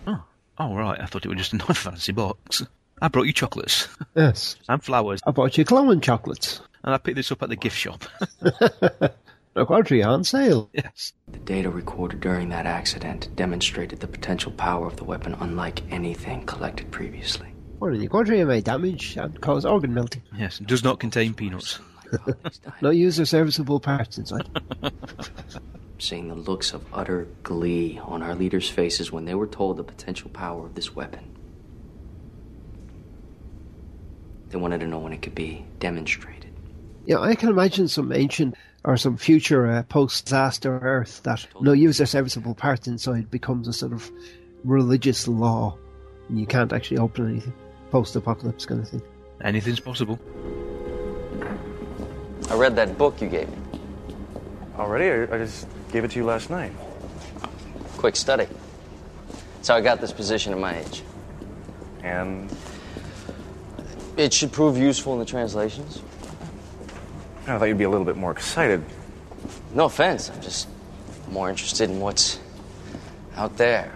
Speaker 3: Oh, oh right, I thought it was just another fancy box. I brought you chocolates [LAUGHS]
Speaker 2: Yes.
Speaker 3: and flowers,
Speaker 2: I bought you [LAUGHS] clown chocolates.
Speaker 3: and I picked this up at the gift shop.
Speaker 2: A quadri on sale.
Speaker 3: yes.
Speaker 16: The data recorded during that accident demonstrated the potential power of the weapon unlike anything collected previously.
Speaker 2: Well, in your quadri may damage and cause organ melting.
Speaker 3: Yes, it does not contain peanuts.
Speaker 2: [LAUGHS] No user serviceable parts inside.
Speaker 16: Seeing the looks of utter glee on our leaders' faces when they were told the potential power of this weapon. They wanted to know when it could be demonstrated.
Speaker 2: Yeah, I can imagine some ancient or some future uh, post-disaster Earth that no user serviceable part inside becomes a sort of religious law, and you can't actually open anything. Post-apocalypse kind of thing.
Speaker 3: Anything's possible.
Speaker 16: I read that book you gave me.
Speaker 21: Already? I, I just gave it to you last night.
Speaker 16: Quick study. That's how I got this position at my age.
Speaker 21: And
Speaker 16: It should prove useful in the translations.
Speaker 21: I thought you'd be a little bit more excited.
Speaker 16: No offense, I'm just more interested in what's out there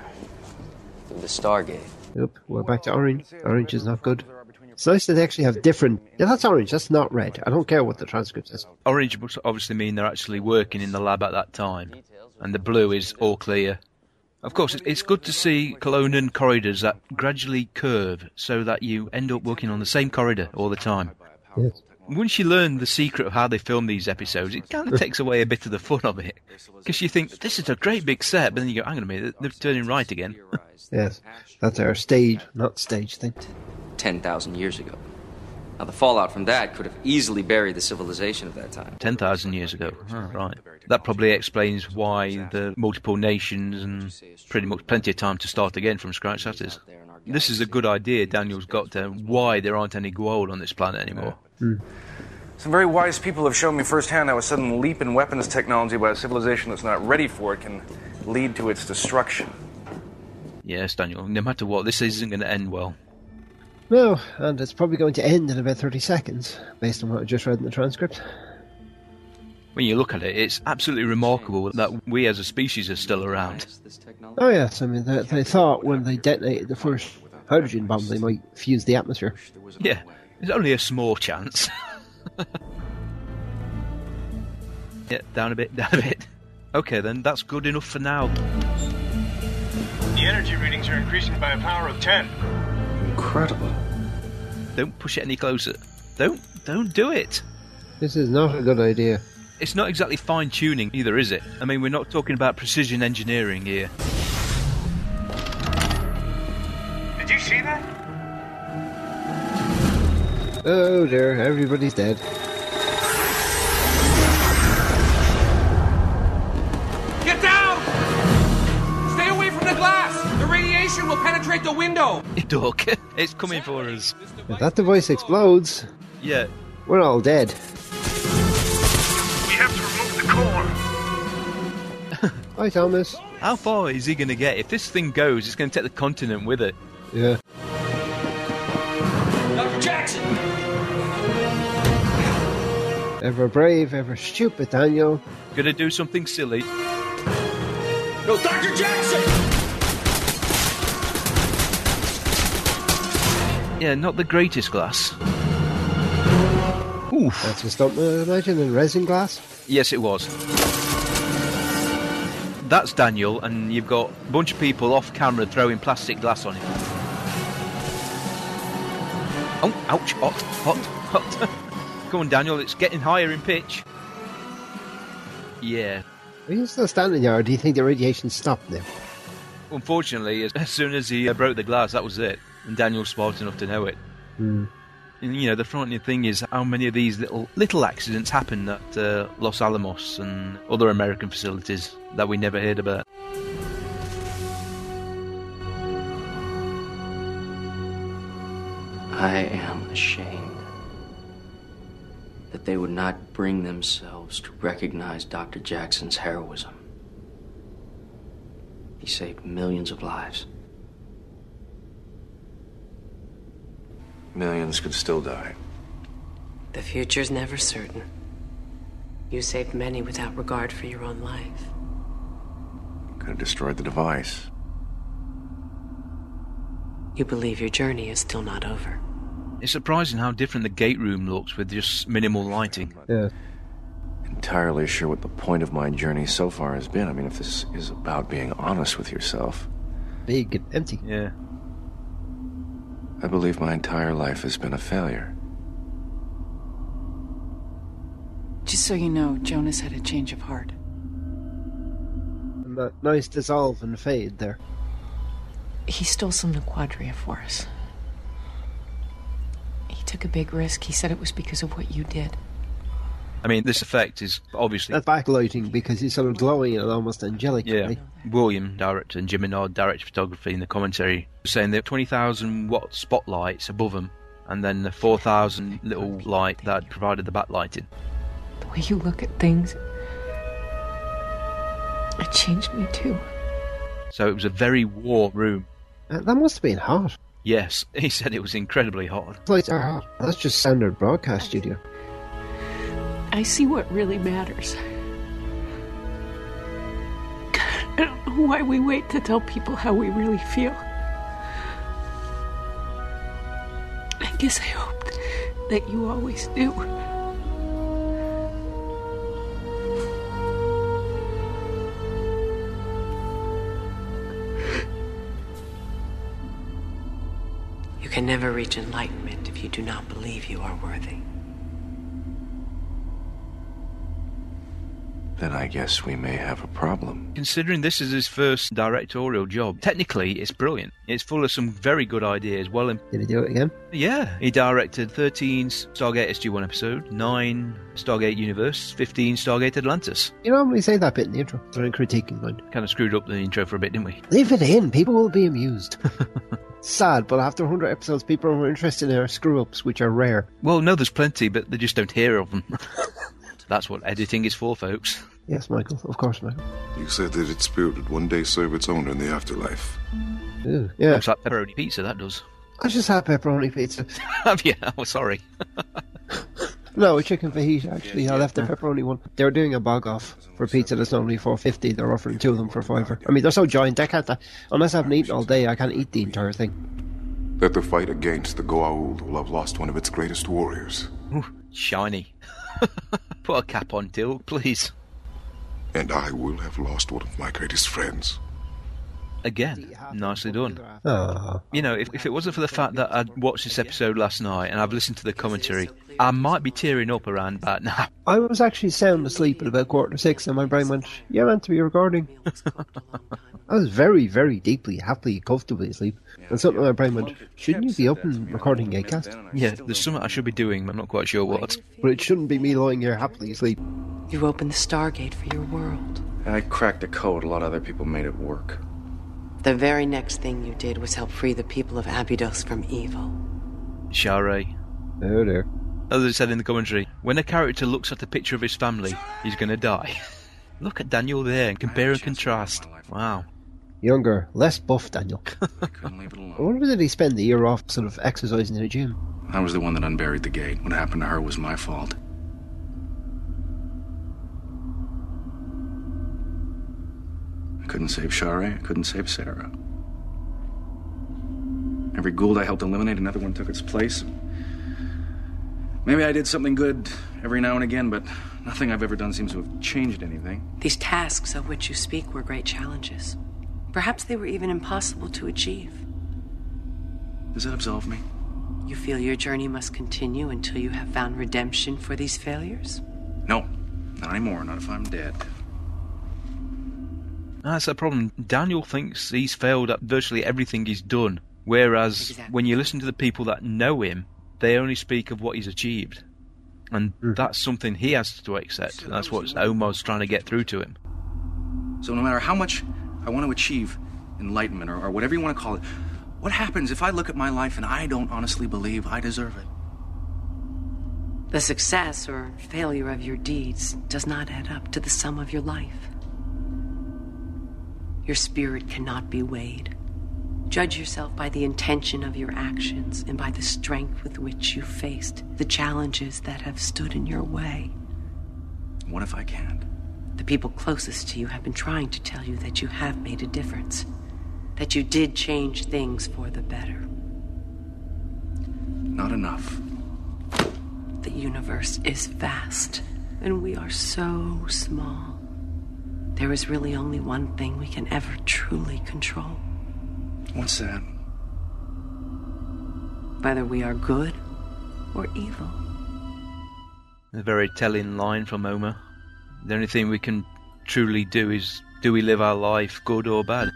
Speaker 16: through the Stargate.
Speaker 2: Yep, we're back to orange. Orange is not good. It's nice that they actually have different. Yeah, that's orange. That's not red. I don't care what the transcript says.
Speaker 3: Orange must obviously mean they're actually working in the lab at that time, and the blue is all clear. Of course, it- it's good to see Colonian corridors that gradually curve so that you end up working on the same corridor all the time.
Speaker 2: Yes.
Speaker 3: Once you learn the secret of how they film these episodes, it kind of takes away a bit of the fun of it. Because you think, this is a great big set, but then you go, hang on a minute, they're turning right again.
Speaker 2: Yes, that's our stage, not stage thing.
Speaker 16: 10,000 years ago. Now, the fallout from that could have easily buried the civilization of that time.
Speaker 3: 10,000 years ago. Oh, right. That probably explains why the multiple nations and pretty much plenty of time to start again from scratch, that is. This is a good idea Daniel's got to why there aren't any Goa'uld on this planet anymore.
Speaker 21: Some very wise people have shown me firsthand how a sudden leap in weapons technology by a civilization that's not ready for it can lead to its destruction.
Speaker 3: Yes, Daniel, no matter what, this isn't going to end well.
Speaker 2: No, and it's probably going to end in about 30 seconds, based on what I just read in the transcript.
Speaker 3: When you look at it, it's absolutely remarkable that we as a species are still around.
Speaker 2: Oh, yes, I mean, they, they thought when they detonated the first hydrogen bomb they might fuse the atmosphere.
Speaker 3: Yeah, there's only a small chance. [LAUGHS] yeah, down a bit, down a bit. Okay, then, that's good enough for now.
Speaker 15: The energy readings are increasing by a power of 10.
Speaker 21: Incredible.
Speaker 3: Don't push it any closer. Don't, don't do it.
Speaker 2: This is not a good idea.
Speaker 3: It's not exactly fine tuning either, is it? I mean, we're not talking about precision engineering here. [LAUGHS]
Speaker 22: Did you see that?
Speaker 2: Oh dear, everybody's dead.
Speaker 23: Get down! Stay away from the glass! The radiation will penetrate the window!
Speaker 3: Duck, it's coming for us.
Speaker 2: If that device explodes,
Speaker 3: Yeah,
Speaker 2: we're all dead.
Speaker 22: We have to remove the core.
Speaker 2: [LAUGHS] Hi, Thomas.
Speaker 3: How far is he going to get? If this thing goes, it's going to take the continent with it.
Speaker 2: Yeah.
Speaker 23: Dr. Jackson!
Speaker 2: Ever brave, ever stupid, Daniel.
Speaker 3: Going to do something silly.
Speaker 23: No, Dr. Jackson!
Speaker 3: Yeah, not the greatest glass.
Speaker 2: That's a stump, I imagine, in resin glass.
Speaker 3: Yes, it was. That's Daniel, and you've got a bunch of people off camera throwing plastic glass on him. Oh, ouch, hot, hot, hot. [LAUGHS] Come on, Daniel, it's getting higher in pitch. Yeah,
Speaker 2: Are you still standing there, or do you think the radiation stopped now?
Speaker 3: unfortunately, as, as soon as he uh, broke the glass, that was it. And Daniel's smart enough to know it.
Speaker 2: Hmm.
Speaker 3: And, you know, the frightening thing is how many of these little little accidents happen at uh, Los Alamos and other American facilities that we never heard about.
Speaker 16: I am ashamed that they would not bring themselves to recognize Dr. Jackson's heroism. He saved millions of lives.
Speaker 18: Millions could still die.
Speaker 5: The future's never certain. You saved many without regard for your own life.
Speaker 18: Could have destroyed the device.
Speaker 5: You believe your journey is still not over.
Speaker 3: It's surprising how different the gate room looks with just minimal lighting.
Speaker 2: Yeah.
Speaker 18: Entirely sure what the point of my journey so far has been. I mean, if this is about being honest with yourself,
Speaker 2: Big and empty.
Speaker 3: Yeah.
Speaker 18: I believe my entire life has been a failure.
Speaker 11: Just so you know, Jonas had a change of heart.
Speaker 2: And that nice dissolve and fade there.
Speaker 11: He stole some Nequadria for us. He took a big risk. He said it was because of what you did.
Speaker 3: I mean, this effect is obviously.
Speaker 2: That backlighting, because he's sort of glowing and almost angelic.
Speaker 3: Yeah.
Speaker 2: right?
Speaker 3: William, director, and Jim Minard, director of photography, in the commentary, saying there are 20,000 watt spotlights above them, and then the 4,000 little light that provided the backlighting.
Speaker 11: The way you look at things, it changed me too.
Speaker 3: So it was a very warm room.
Speaker 2: Uh, that must have been hot.
Speaker 3: Yes, [LAUGHS] he said it was incredibly hot.
Speaker 2: Lights are hot. That's just standard broadcast studio.
Speaker 11: I see what really matters. [LAUGHS] I don't know why we wait to tell people how we really feel. I guess I hoped that you always knew.
Speaker 5: You can never reach enlightenment if you do not believe you are worthy.
Speaker 18: Then I guess we may have a problem.
Speaker 3: Considering this is his first directorial job, technically it's brilliant. It's full of some very good ideas. Well, and
Speaker 2: Did he do it again?
Speaker 3: yeah, he directed 13 Stargate SG1 episode, 9 Stargate Universe, 15 Stargate Atlantis.
Speaker 2: You normally say that bit in the intro during critiquing mine.
Speaker 3: Kind of screwed up the intro for a bit, didn't we?
Speaker 2: Leave it in, people will be amused. Sad, but after 100 episodes, people who are interested in our screw ups, which are rare.
Speaker 3: Well, no, there's plenty, but they just don't hear of them. That's what editing is for, folks.
Speaker 2: Yes, Michael, of course, Michael.
Speaker 6: You said that its spirit would one day serve its owner in the afterlife.
Speaker 2: Ew, Yeah,
Speaker 3: Looks like pepperoni pizza, that does. [LAUGHS]
Speaker 2: I just had pepperoni pizza. [LAUGHS]
Speaker 3: Have you? Oh, sorry.
Speaker 2: No, a chicken fajita, actually. I left the pepperoni one. They were doing a bog off for pizza that's normally four fifty. They're offering two of them for fiver. I mean, they're so giant, I can't. uh, Unless I haven't eaten all day, I can't eat the entire thing.
Speaker 6: That the fight against the Goa'uld will have lost one of its greatest warriors.
Speaker 3: Shiny. [LAUGHS] Put a cap on, Dill, please.
Speaker 6: And I will have lost one of my greatest friends.
Speaker 3: Again, nicely done.
Speaker 2: Ah.
Speaker 3: You know, if, if it wasn't for the fact that I'd watched this episode last night and I've listened to the commentary, I might be tearing up around [LAUGHS] about now.
Speaker 2: I was actually sound asleep at about quarter to six, and my brain went, "You're meant to be recording." I was very, very deeply, happily, comfortably asleep, and suddenly my brain went, "Shouldn't you be up and recording a cast?"
Speaker 3: Yeah, there's something I should be doing, but I'm not quite sure what.
Speaker 2: But it shouldn't be me lying here happily asleep.
Speaker 5: You opened the Stargate for your world.
Speaker 18: I cracked a code a lot of other people made it work.
Speaker 5: The very next thing you did was help free the people of Abydos from evil.
Speaker 3: Share.
Speaker 2: Oh dear.
Speaker 3: As I said in the commentary, when a character looks at a picture of his family, he's going to die. [LAUGHS] Look at Daniel there and compare and contrast. Wow.
Speaker 2: Younger, less buff
Speaker 5: [LAUGHS]
Speaker 2: Daniel.
Speaker 18: Couldn't leave it alone.
Speaker 2: I wonder did he spend the year off sort of exercising in a gym?
Speaker 18: I was the one that unburied the gate. What happened to her was my fault. I couldn't save Shara. I couldn't save Sarah. Every Gould I helped eliminate, another one took its place. Maybe I did something good every now and again, but nothing I've ever done seems to have changed anything.
Speaker 5: These tasks of which you speak were great challenges. Perhaps they were even impossible to achieve.
Speaker 18: Does that absolve me?
Speaker 5: You feel your journey must continue until you have found redemption for these failures?
Speaker 18: No, not anymore. Not if I'm dead.
Speaker 3: That's the problem. Daniel thinks he's failed at virtually everything he's done, whereas when you listen to the people that know him, they only speak of what he's achieved. And
Speaker 2: Hmm.
Speaker 3: that's something he has to accept. that's what Omar's trying to get through to him.
Speaker 18: So no matter how much I want to achieve enlightenment or, or whatever you want to call it, what happens if I look at my life and I don't honestly believe I deserve it?
Speaker 5: The success or failure of your deeds does not add up to the sum of your life. Your spirit cannot be weighed. Judge yourself by the intention of your actions and by the strength with which you faced the challenges that have stood in your way.
Speaker 18: What if I can't?
Speaker 5: The people closest to you have been trying to tell you that you have made a difference, that you did change things for the better.
Speaker 18: Not enough.
Speaker 5: The universe is vast, and we are so small. There is really only one thing we can ever truly control
Speaker 18: What's that?
Speaker 5: whether we are good or evil.
Speaker 3: A very telling line from Omer. The only thing we can truly do is do we live our life good or bad?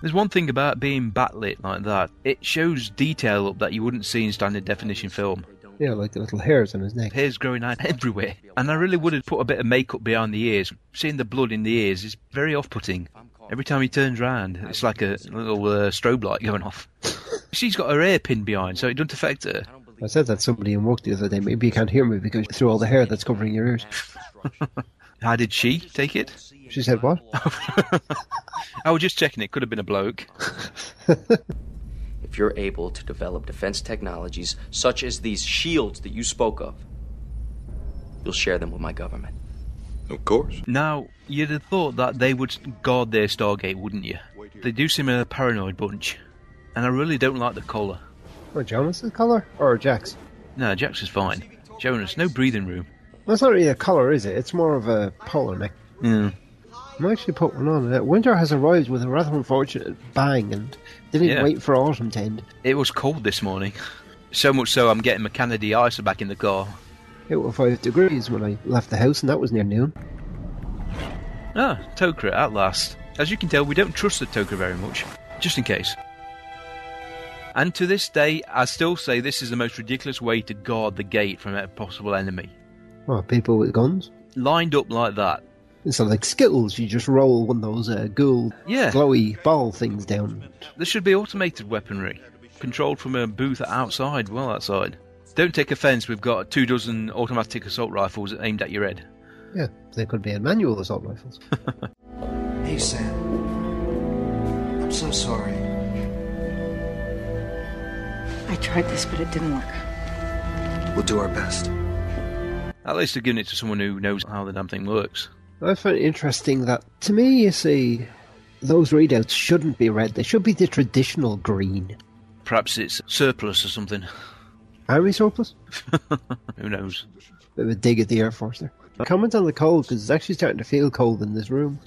Speaker 3: There's one thing about being backlit like that. It shows detail up that you wouldn't see in standard definition film.
Speaker 2: Yeah, like the little hairs on his neck.
Speaker 3: Hairs growing out everywhere. And I really would have put a bit of makeup behind the ears. Seeing the blood in the ears is very off putting. Every time he turns round, it's like a little uh, strobe light going off. [LAUGHS] She's got her hair pinned behind, so it doesn't affect her.
Speaker 2: I said that to somebody in work the other day. Maybe you can't hear me because through all the hair that's covering your
Speaker 3: [LAUGHS]
Speaker 2: ears.
Speaker 3: How did she take it?
Speaker 2: She said,
Speaker 3: [LAUGHS]
Speaker 2: "What?
Speaker 3: I was just checking, it could have been a bloke.
Speaker 16: [LAUGHS] If you're able to develop defense technologies such as these shields that you spoke of, you'll share them with my government.
Speaker 1: Of course.
Speaker 3: Now, you'd have thought that they would guard their Stargate, wouldn't you? They do seem a paranoid bunch. And I really don't like the collar.
Speaker 2: Or Jonas's collar or Jack's?
Speaker 3: No, Jax is fine. Jonas, no breathing room.
Speaker 2: That's not really a collar, is it? It's more of a polo neck.
Speaker 3: Yeah.
Speaker 2: I'm actually put one on. Uh, Winter has arrived with a rather unfortunate bang, and didn't even
Speaker 3: Yeah.
Speaker 2: wait for autumn to end.
Speaker 3: It was cold this morning. So much so I'm getting my Kennedy ice back in the car.
Speaker 2: It was five degrees when I left the house, and that was near noon.
Speaker 3: Ah, Tokra, at last. As you can tell, we don't trust the Tokra very much, just in case. And to this day, I still say this is the most ridiculous way to guard the gate from a possible enemy.
Speaker 2: Well, Oh, people with guns.
Speaker 3: Lined up like that.
Speaker 2: It's not like Skittles. You just roll one of those uh, ghoul
Speaker 3: Yeah.
Speaker 2: glowy ball things down.
Speaker 3: There should be automated weaponry, controlled from a booth outside, well outside. Don't take offence, we've got two dozen automatic assault rifles aimed at your head.
Speaker 2: Yeah, they could be in manual assault
Speaker 3: [LAUGHS]
Speaker 2: rifles.
Speaker 4: Hey, Sam. I'm so sorry.
Speaker 24: I tried this, but it didn't work.
Speaker 4: We'll do our best.
Speaker 3: At least they're giving it to someone who knows how the damn thing works.
Speaker 2: I find it interesting that, to me, you see, those readouts shouldn't be red. They should be the traditional green.
Speaker 3: Perhaps it's surplus or something.
Speaker 18: [LAUGHS]
Speaker 2: Army surplus?
Speaker 3: who knows?
Speaker 2: Bit of a dig at the Air Force there. Comment on the cold, because it's actually starting to feel cold in this room.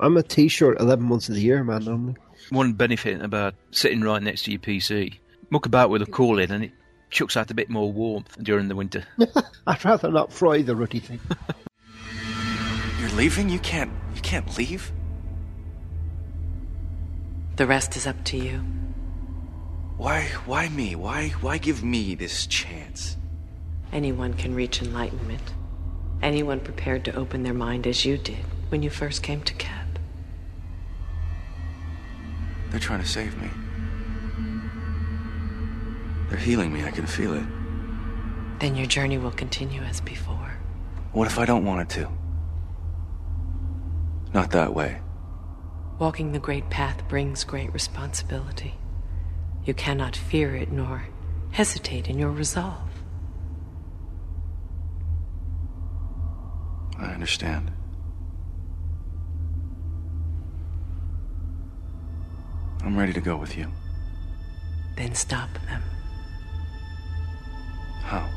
Speaker 25: I'm a T-shirt 11 months of the year, man. Normally.
Speaker 3: One benefit about sitting right next to your PC, muck about with a cooling, and it chucks out a bit more warmth during the winter.
Speaker 25: I'd rather not fry the ruddy thing.
Speaker 18: [LAUGHS] You're leaving? You can't. You can't leave.
Speaker 5: The rest is up to you.
Speaker 18: Why? Why me? Why? Why give me this chance?
Speaker 5: Anyone can reach enlightenment. Anyone prepared to open their mind as you did when you first came to Cap.
Speaker 18: They're trying to save me. They're healing me. I can feel it.
Speaker 5: Then your journey will continue as before.
Speaker 18: What if I don't want it to? Not that way.
Speaker 5: Walking the great path brings great responsibility. You cannot fear it nor hesitate in your resolve.
Speaker 18: I understand. I'm ready to go with you.
Speaker 5: Then stop them.
Speaker 18: How?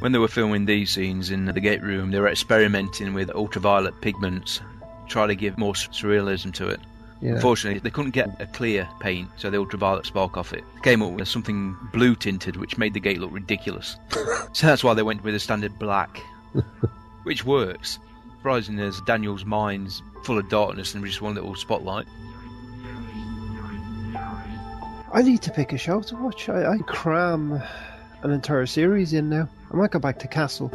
Speaker 3: When they were filming these scenes in the gate room, they were experimenting with ultraviolet pigments, trying to give more surrealism to it.
Speaker 2: Yeah.
Speaker 3: Unfortunately, they couldn't get a clear paint, so the ultraviolet spark off it came up with something blue tinted, which made the gate look ridiculous. [LAUGHS] so that's why they went with a standard black, which works. Surprisingly, as Daniel's mind's full of darkness and just one little spotlight.
Speaker 2: I need to pick a show to watch. I, I cram an entire series in now. I might go back to Castle.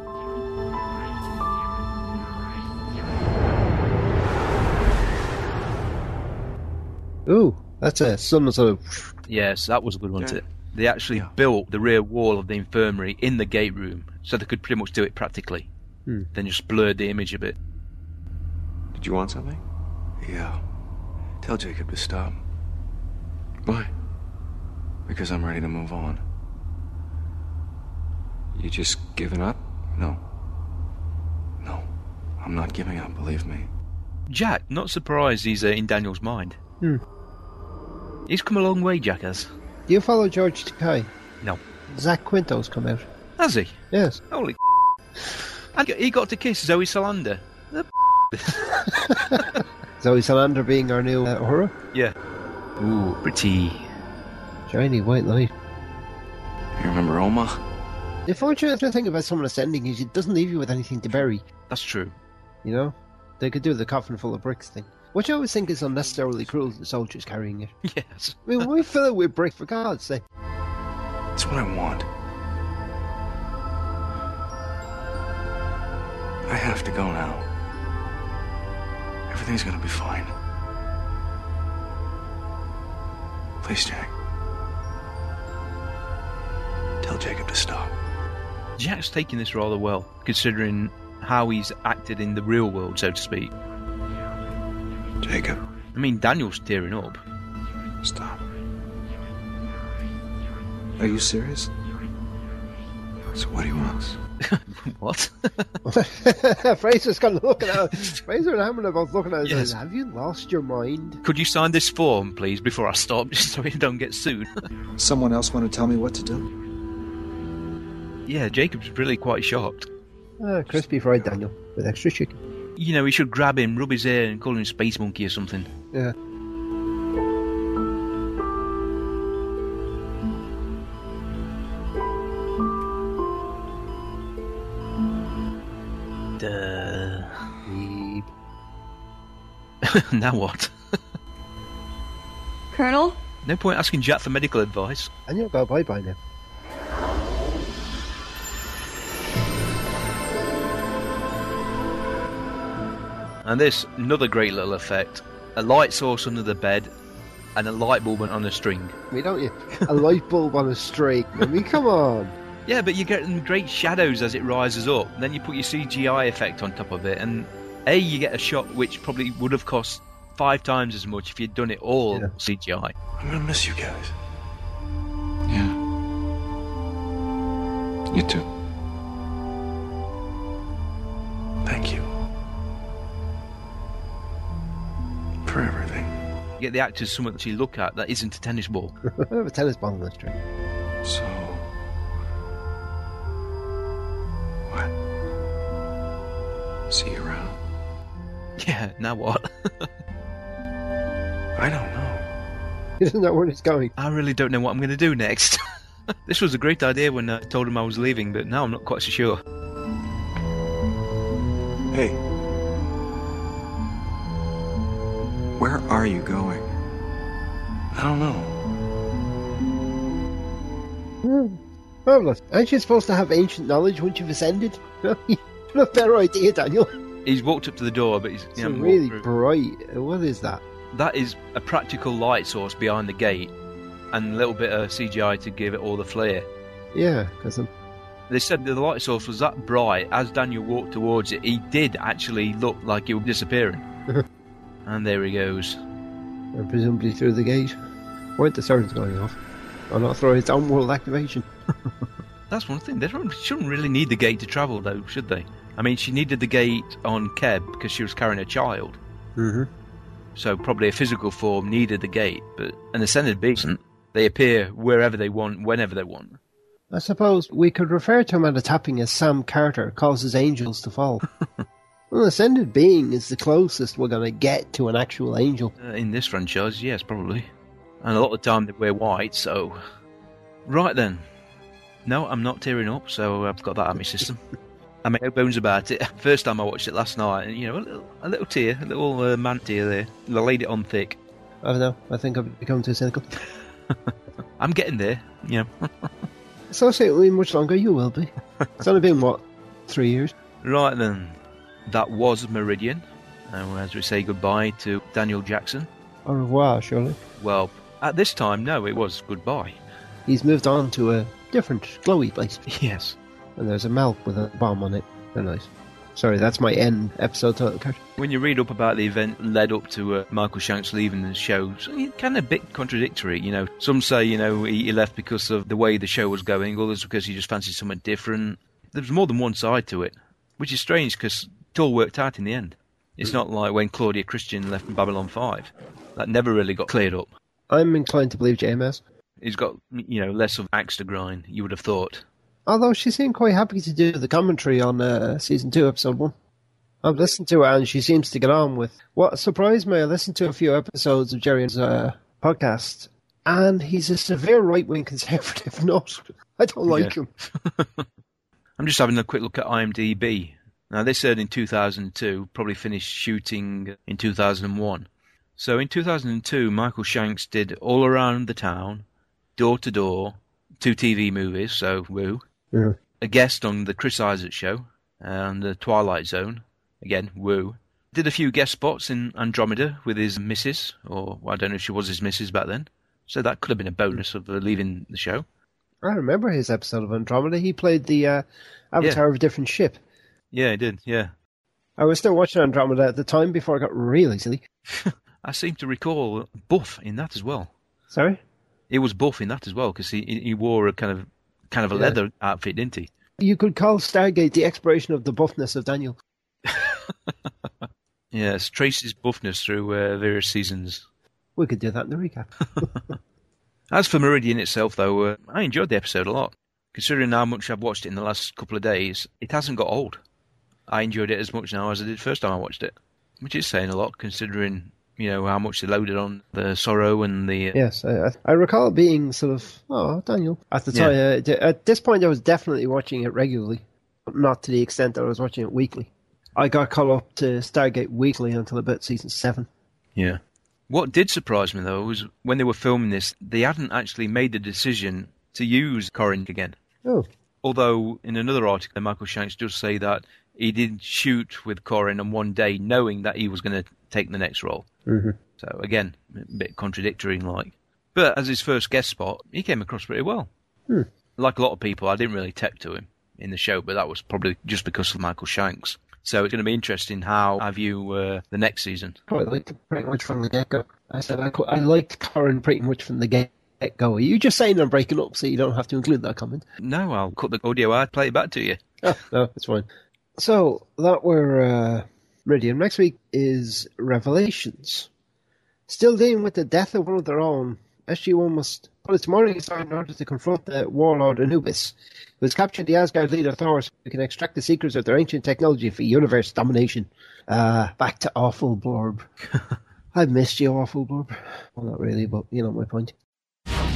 Speaker 2: Ooh, that's a some sort of.
Speaker 3: Yes, that was a good one. too. They actually built the rear wall of the infirmary in the gate room, so they could pretty much do it practically.
Speaker 2: Hmm.
Speaker 3: Then just blurred the image a bit.
Speaker 9: Did you want something?
Speaker 18: Yeah. Tell Jacob to stop. Why? Because I'm ready to move on.
Speaker 9: You just given up?
Speaker 18: No. No. I'm not giving up, believe me.
Speaker 3: Jack, not surprised he's uh, in Daniel's mind.
Speaker 2: Hmm.
Speaker 3: He's come a long way, Jack has.
Speaker 2: Do you follow George Takei?
Speaker 3: No.
Speaker 2: Zach Quinto's come out.
Speaker 3: Has he?
Speaker 2: Yes.
Speaker 3: Holy. and he got to kiss Zoe Salander.
Speaker 2: Zoe Salander being our new uh, horror.
Speaker 3: Yeah. Ooh, pretty.
Speaker 2: Shiny white light.
Speaker 18: You remember Oma?
Speaker 2: The fortunate thing about someone ascending is it doesn't leave you with anything to bury.
Speaker 3: That's true.
Speaker 2: You know? They could do the coffin full of bricks thing. Which I always think is unnecessarily cruel to the soldiers
Speaker 18: [LAUGHS]
Speaker 2: carrying it.
Speaker 3: Yes.
Speaker 2: I mean, why fill it with brick, for God's sake?
Speaker 18: That's what I want. I have to go now. Everything's gonna be fine. Please, Jack. Tell Jacob to stop.
Speaker 3: Jack's taking this rather well, considering how he's acted in the real world, so to speak.
Speaker 18: Jacob,
Speaker 3: I mean, Daniel's tearing up.
Speaker 18: stop.
Speaker 9: Are you serious? So what do you want?
Speaker 3: what?
Speaker 2: [LAUGHS] Fraser's kind of
Speaker 18: [LAUGHS]
Speaker 2: looking at Fraser and Hammond are both looking at us.
Speaker 3: Yes.
Speaker 2: Have you lost your mind?
Speaker 3: Could you sign this form, please, before I stop, [LAUGHS] just so you don't get sued?
Speaker 4: Someone else want to tell me what to do?
Speaker 3: yeah, Jacob's really quite shocked.
Speaker 2: Ah, crispy fried Daniel with extra chicken.
Speaker 3: You know, he should grab him, rub his ear, and call him Space Monkey or something. [LAUGHS]
Speaker 2: Yeah.
Speaker 3: Duh. now what?
Speaker 26: Colonel?
Speaker 3: No point asking Jack for medical advice.
Speaker 2: And you'll go bye bye now.
Speaker 3: And this, another great little effect a light source under the bed and a light bulb on a string.
Speaker 2: We don't you? A light bulb on a streak. I mean, come on. [LAUGHS]
Speaker 3: Yeah, but you're getting great shadows as it rises up. Then you put your CGI effect on top of it, and A, you get a shot which probably would have cost five times as much if you'd done it all CGI.
Speaker 18: I'm gonna miss you guys.
Speaker 9: Yeah. You too.
Speaker 18: Thank you. For everything.
Speaker 3: You get the actors something to look at that isn't a tennis ball.
Speaker 2: I have a tennis ball on a string.
Speaker 18: So. What? See you around.
Speaker 3: [LAUGHS] Yeah, now what?
Speaker 21: I don't know.
Speaker 2: Isn't that where it's going?
Speaker 3: I really don't know what I'm going to do next. [LAUGHS] this was a great idea when I told him I was leaving, but now I'm not quite so sure.
Speaker 18: Hey.
Speaker 9: Where are you going?
Speaker 18: I don't know.
Speaker 2: Hmm. Marvelous. Aren't you supposed to have ancient knowledge once you've ascended? [LAUGHS] you have a better idea, Daniel.
Speaker 3: He's walked up to the door, but he's
Speaker 2: It's
Speaker 3: yeah,
Speaker 2: a
Speaker 3: walked
Speaker 2: really
Speaker 3: through.
Speaker 2: bright. What is that?
Speaker 3: That is a practical light source behind the gate, and a little bit of CGI to give it all the flair.
Speaker 2: Yeah, because I'm.
Speaker 3: They said the light source was that bright as Daniel walked towards it, he did actually look like he
Speaker 2: [LAUGHS]
Speaker 3: was disappearing. and there he goes.
Speaker 2: And presumably through the gate. Why are the sirens going off? Or not through its own world activation.
Speaker 3: That's one thing. They don't, shouldn't really need the gate to travel, though, should they? I mean, she needed the gate on Keb because she was carrying a child,
Speaker 2: Mm-hmm.
Speaker 3: so probably a physical form needed the gate. But an ascended being, they appear wherever they want, whenever they want.
Speaker 2: I suppose we could refer to him at a tapping as Sam Carter causes angels to fall. An ascended being is the closest we're going to get to an actual angel.
Speaker 3: Uh, in this franchise, yes, probably. And a lot of the time they wear white, so. Right then. No, I'm not tearing up, so I've got that out of my system. I make no bones about it. [LAUGHS] First time I watched it last night, and you know, a little, a little tear, a little uh, man tear there. And I laid it on thick.
Speaker 2: I don't know. I think I've become too cynical.
Speaker 3: I'm getting there, you know.
Speaker 2: Associate with me much longer, you will
Speaker 3: [LAUGHS]
Speaker 2: be. It's only been, what, three years?
Speaker 3: right then. That was Meridian. And as we say goodbye to Daniel Jackson,
Speaker 2: Au revoir, surely.
Speaker 3: well, at this time, no, it was goodbye.
Speaker 2: He's moved on to a different, glowy place.
Speaker 3: Yes.
Speaker 2: And there's a mouth with a bomb on it. They're nice. Sorry, that's my end episode title card.
Speaker 3: When you read up about the event led up to uh, Michael Shanks leaving the show, so it's kind of a bit contradictory. You know, some say you know he, he left because of the way the show was going, others because he just fancied something different. There's more than one side to it, which is strange because it all worked out in the end. It's not like when Claudia Christian left Babylon Five; that never really got cleared up.
Speaker 2: I'm inclined to believe JMS.
Speaker 3: He's got you know less of axe to grind. You would have thought.
Speaker 2: Although she seemed quite happy to do the commentary on uh, season two, episode one. I've listened to her and she seems to get on with. What surprised me, I listened to a few episodes of Jerry's uh, podcast, and he's a severe right wing conservative [LAUGHS] nut. I don't like
Speaker 3: Yeah.
Speaker 2: him.
Speaker 3: I'm just having a quick look at IMDb. Now, this aired in 2002, probably finished shooting in 2001. So, in 2002, Michael Shanks did All Around the Town, Door to Door, two TV movies, so woo.
Speaker 2: Yeah.
Speaker 3: A guest on The Chris Isaac Show and The Twilight Zone, again, woo. Did a few guest spots in Andromeda with his missus, or well, I don't know if she was his missus back then. So, that could have been a bonus of uh, leaving the show.
Speaker 2: I remember his episode of Andromeda. He played the uh, avatar of a different ship.
Speaker 3: Yeah, he did, yeah.
Speaker 2: I was still watching Andromeda at the time before I got really silly.
Speaker 3: I seem to recall Buff in that as well.
Speaker 2: Sorry?
Speaker 3: It was Buff in that as well because he he- he wore a kind of kind of a
Speaker 2: Yeah.
Speaker 3: leather outfit, didn't he?
Speaker 2: You could call Stargate the exploration of the buffness of Daniel.
Speaker 3: Yes, traces buffness through uh, various seasons.
Speaker 2: We could do that in the recap. [LAUGHS]
Speaker 3: As for Meridian itself, though, uh, I enjoyed the episode a lot. Considering how much I've watched it in the last couple of days, it hasn't got old. I enjoyed it as much now as I did first time I watched it, which is saying a lot considering you know how much they loaded on the sorrow and the uh,
Speaker 2: Yes, I, I- I recall being sort of, oh, Daniel. At the
Speaker 3: Yeah.
Speaker 2: time, uh, d- at this point, I was definitely watching it regularly, but not to the extent that I was watching it weekly. I got caught up to Stargate weekly until about season seven.
Speaker 3: Yeah. What did surprise me though was when they were filming this, they hadn't actually made the decision to use Corinne again.
Speaker 2: Oh,
Speaker 3: Although in another article, Michael Shanks does say that he did shoot with Corin on one day, knowing that he was going to take the next role.
Speaker 2: Mhm.
Speaker 3: So again, a bit contradictory, and like. But as his first guest spot, he came across pretty well.
Speaker 2: Hmm.
Speaker 3: Like a lot of people, I didn't really tech to him in the show, but that was probably just because of Michael Shanks. So it's going to be interesting how I view uh, the next season.
Speaker 2: I liked it pretty much from the get go. I said I, qu- I liked Corin pretty much from the get go. Are you just saying I'm breaking up so you don't have to include that comment?
Speaker 3: No, I'll cut the audio out, play it back to you.
Speaker 2: Oh, [LAUGHS] no, it's fine. So that were uh, Meridian. Next week is Revelations. Still dealing with the death of one of their own, SG-1 must put its morning aside in order to confront the warlord Anubis, who has captured the Asgard leader Thor so he can extract the secrets of their ancient technology for universe domination. Uh, back to Awful [LAUGHS] Blorb. I missed you, Awful Blorb. Well, not really, but you know my point.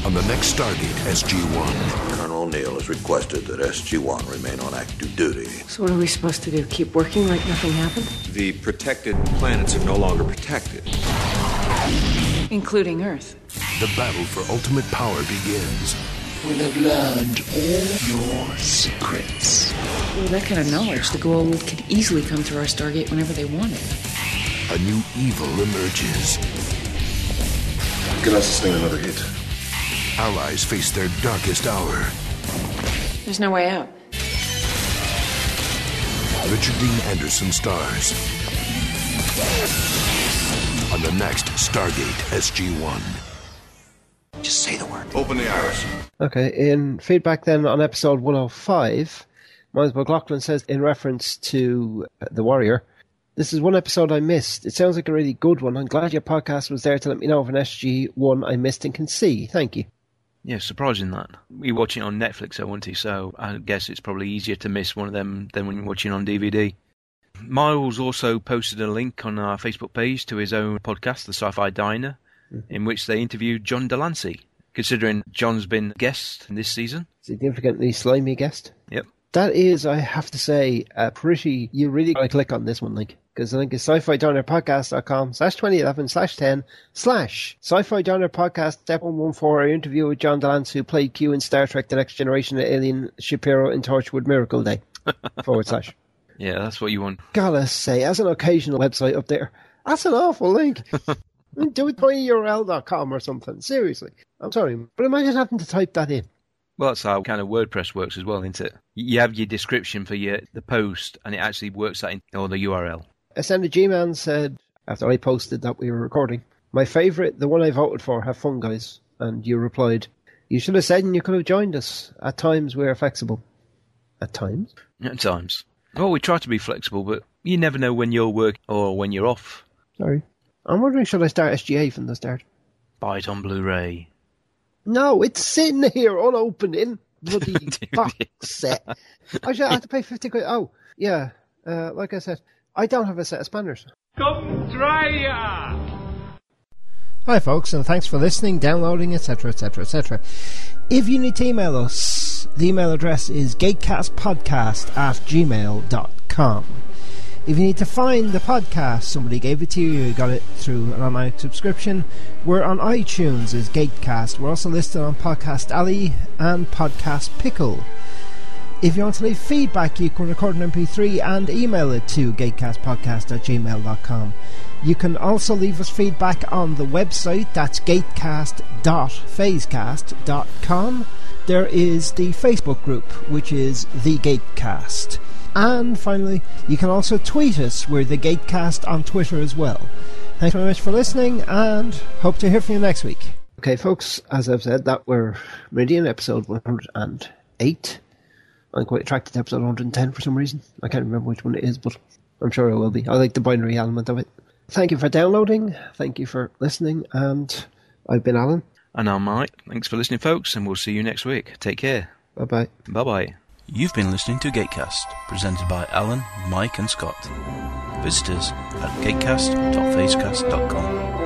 Speaker 26: On the next Stargate SG-1,
Speaker 1: Colonel Neal has requested that SG-1 remain on active duty.
Speaker 24: So, what are we supposed to do? Keep working like nothing happened?
Speaker 14: The protected planets are no longer protected.
Speaker 11: Including Earth.
Speaker 26: the battle for ultimate power begins.
Speaker 7: We'll have learned all your secrets.
Speaker 11: With that kind of knowledge, the Goa'uld could easily come through our Stargate whenever they wanted.
Speaker 26: A new evil emerges.
Speaker 6: Can I sustain another hit?
Speaker 26: Allies face their darkest hour.
Speaker 11: There's no way out.
Speaker 26: Richard Dean Anderson stars. On the next Stargate SG-1.
Speaker 9: Just say the word.
Speaker 1: Open the iris.
Speaker 2: Okay, in feedback then on episode 105, Miles McLaughlin says in reference to uh, The Warrior, this is one episode I missed. It sounds like a really good one. I'm glad your podcast was there to let me know of an SG1 I missed and can see. Thank you.
Speaker 3: Yeah, surprising that. You're watching it on Netflix, I wouldn't you? So I guess it's probably easier to miss one of them than when you're watching on DVD. Miles also posted a link on our Facebook page to his own podcast, The Sci Fi Diner, in which they interviewed John Delancey, considering John's been guest this season.
Speaker 2: Significantly slimy guest.
Speaker 3: Yep.
Speaker 2: That is, I have to say, a pretty. You really gotta click on this one, Link. Because I think it's sci fi diner podcast.com slash 2011 slash 10 slash sci fi diner podcast step 114. Our interview with John Delance, who played Q in Star Trek The Next Generation, Alien Shapiro, and Torchwood Miracle Day. forward slash.
Speaker 3: Yeah, that's what you want.
Speaker 2: Gotta say, as an occasional website up there, that's an awful link. Do it by url.com or something. Seriously. I'm sorry, but imagine having to type that in.
Speaker 3: Well, that's how kind of WordPress works as well, isn't it? You have your description for your the post, and it actually works that in or the URL.
Speaker 2: Ascended G Man said, after I posted that we were recording, my favourite, the one I voted for, have fun, guys. And you replied, you should have said and you could have joined us. At times we are flexible. At times?
Speaker 3: At times. Well, we try to be flexible, but you never know when you're work or when you're off.
Speaker 2: Sorry. I'm wondering, should I start SGA from the start?
Speaker 3: Buy it on Blu-ray.
Speaker 2: No, it's sitting here unopened in bloody box set. I should have to pay 50 quid. Oh, yeah. Uh, like I said, I don't have a set of spanners.
Speaker 15: Come try ya!
Speaker 2: Hi, folks, and thanks for listening, downloading, etc., etc., etc. If you need to email us, the email address is gatecastpodcast at gmail.com. If you need to find the podcast, somebody gave it to you, you got it through an online subscription. We're on iTunes as Gatecast. We're also listed on Podcast Alley and Podcast Pickle. If you want to leave feedback, you can record an MP3 and email it to gatecastpodcast at gmail.com. You can also leave us feedback on the website, that's gatecast.phasecast.com. There is the Facebook group, which is The Gatecast. And finally, you can also tweet us, we're The Gatecast on Twitter as well. Thanks very much for listening, and hope to hear from you next week. Okay, folks, as I've said, that were Meridian episode 108. I'm quite attracted to episode 110 for some reason. I can't remember which one it is, but I'm sure I will be. I like the binary element of it. Thank you for downloading. Thank you for listening. And I've been Alan.
Speaker 3: And I'm Mike. Thanks for listening, folks, and we'll see you next week. Take care.
Speaker 2: Bye bye.
Speaker 3: Bye bye. You've been listening to Gatecast, presented by Alan, Mike, and Scott. Visit us at gatecast.facecast.com.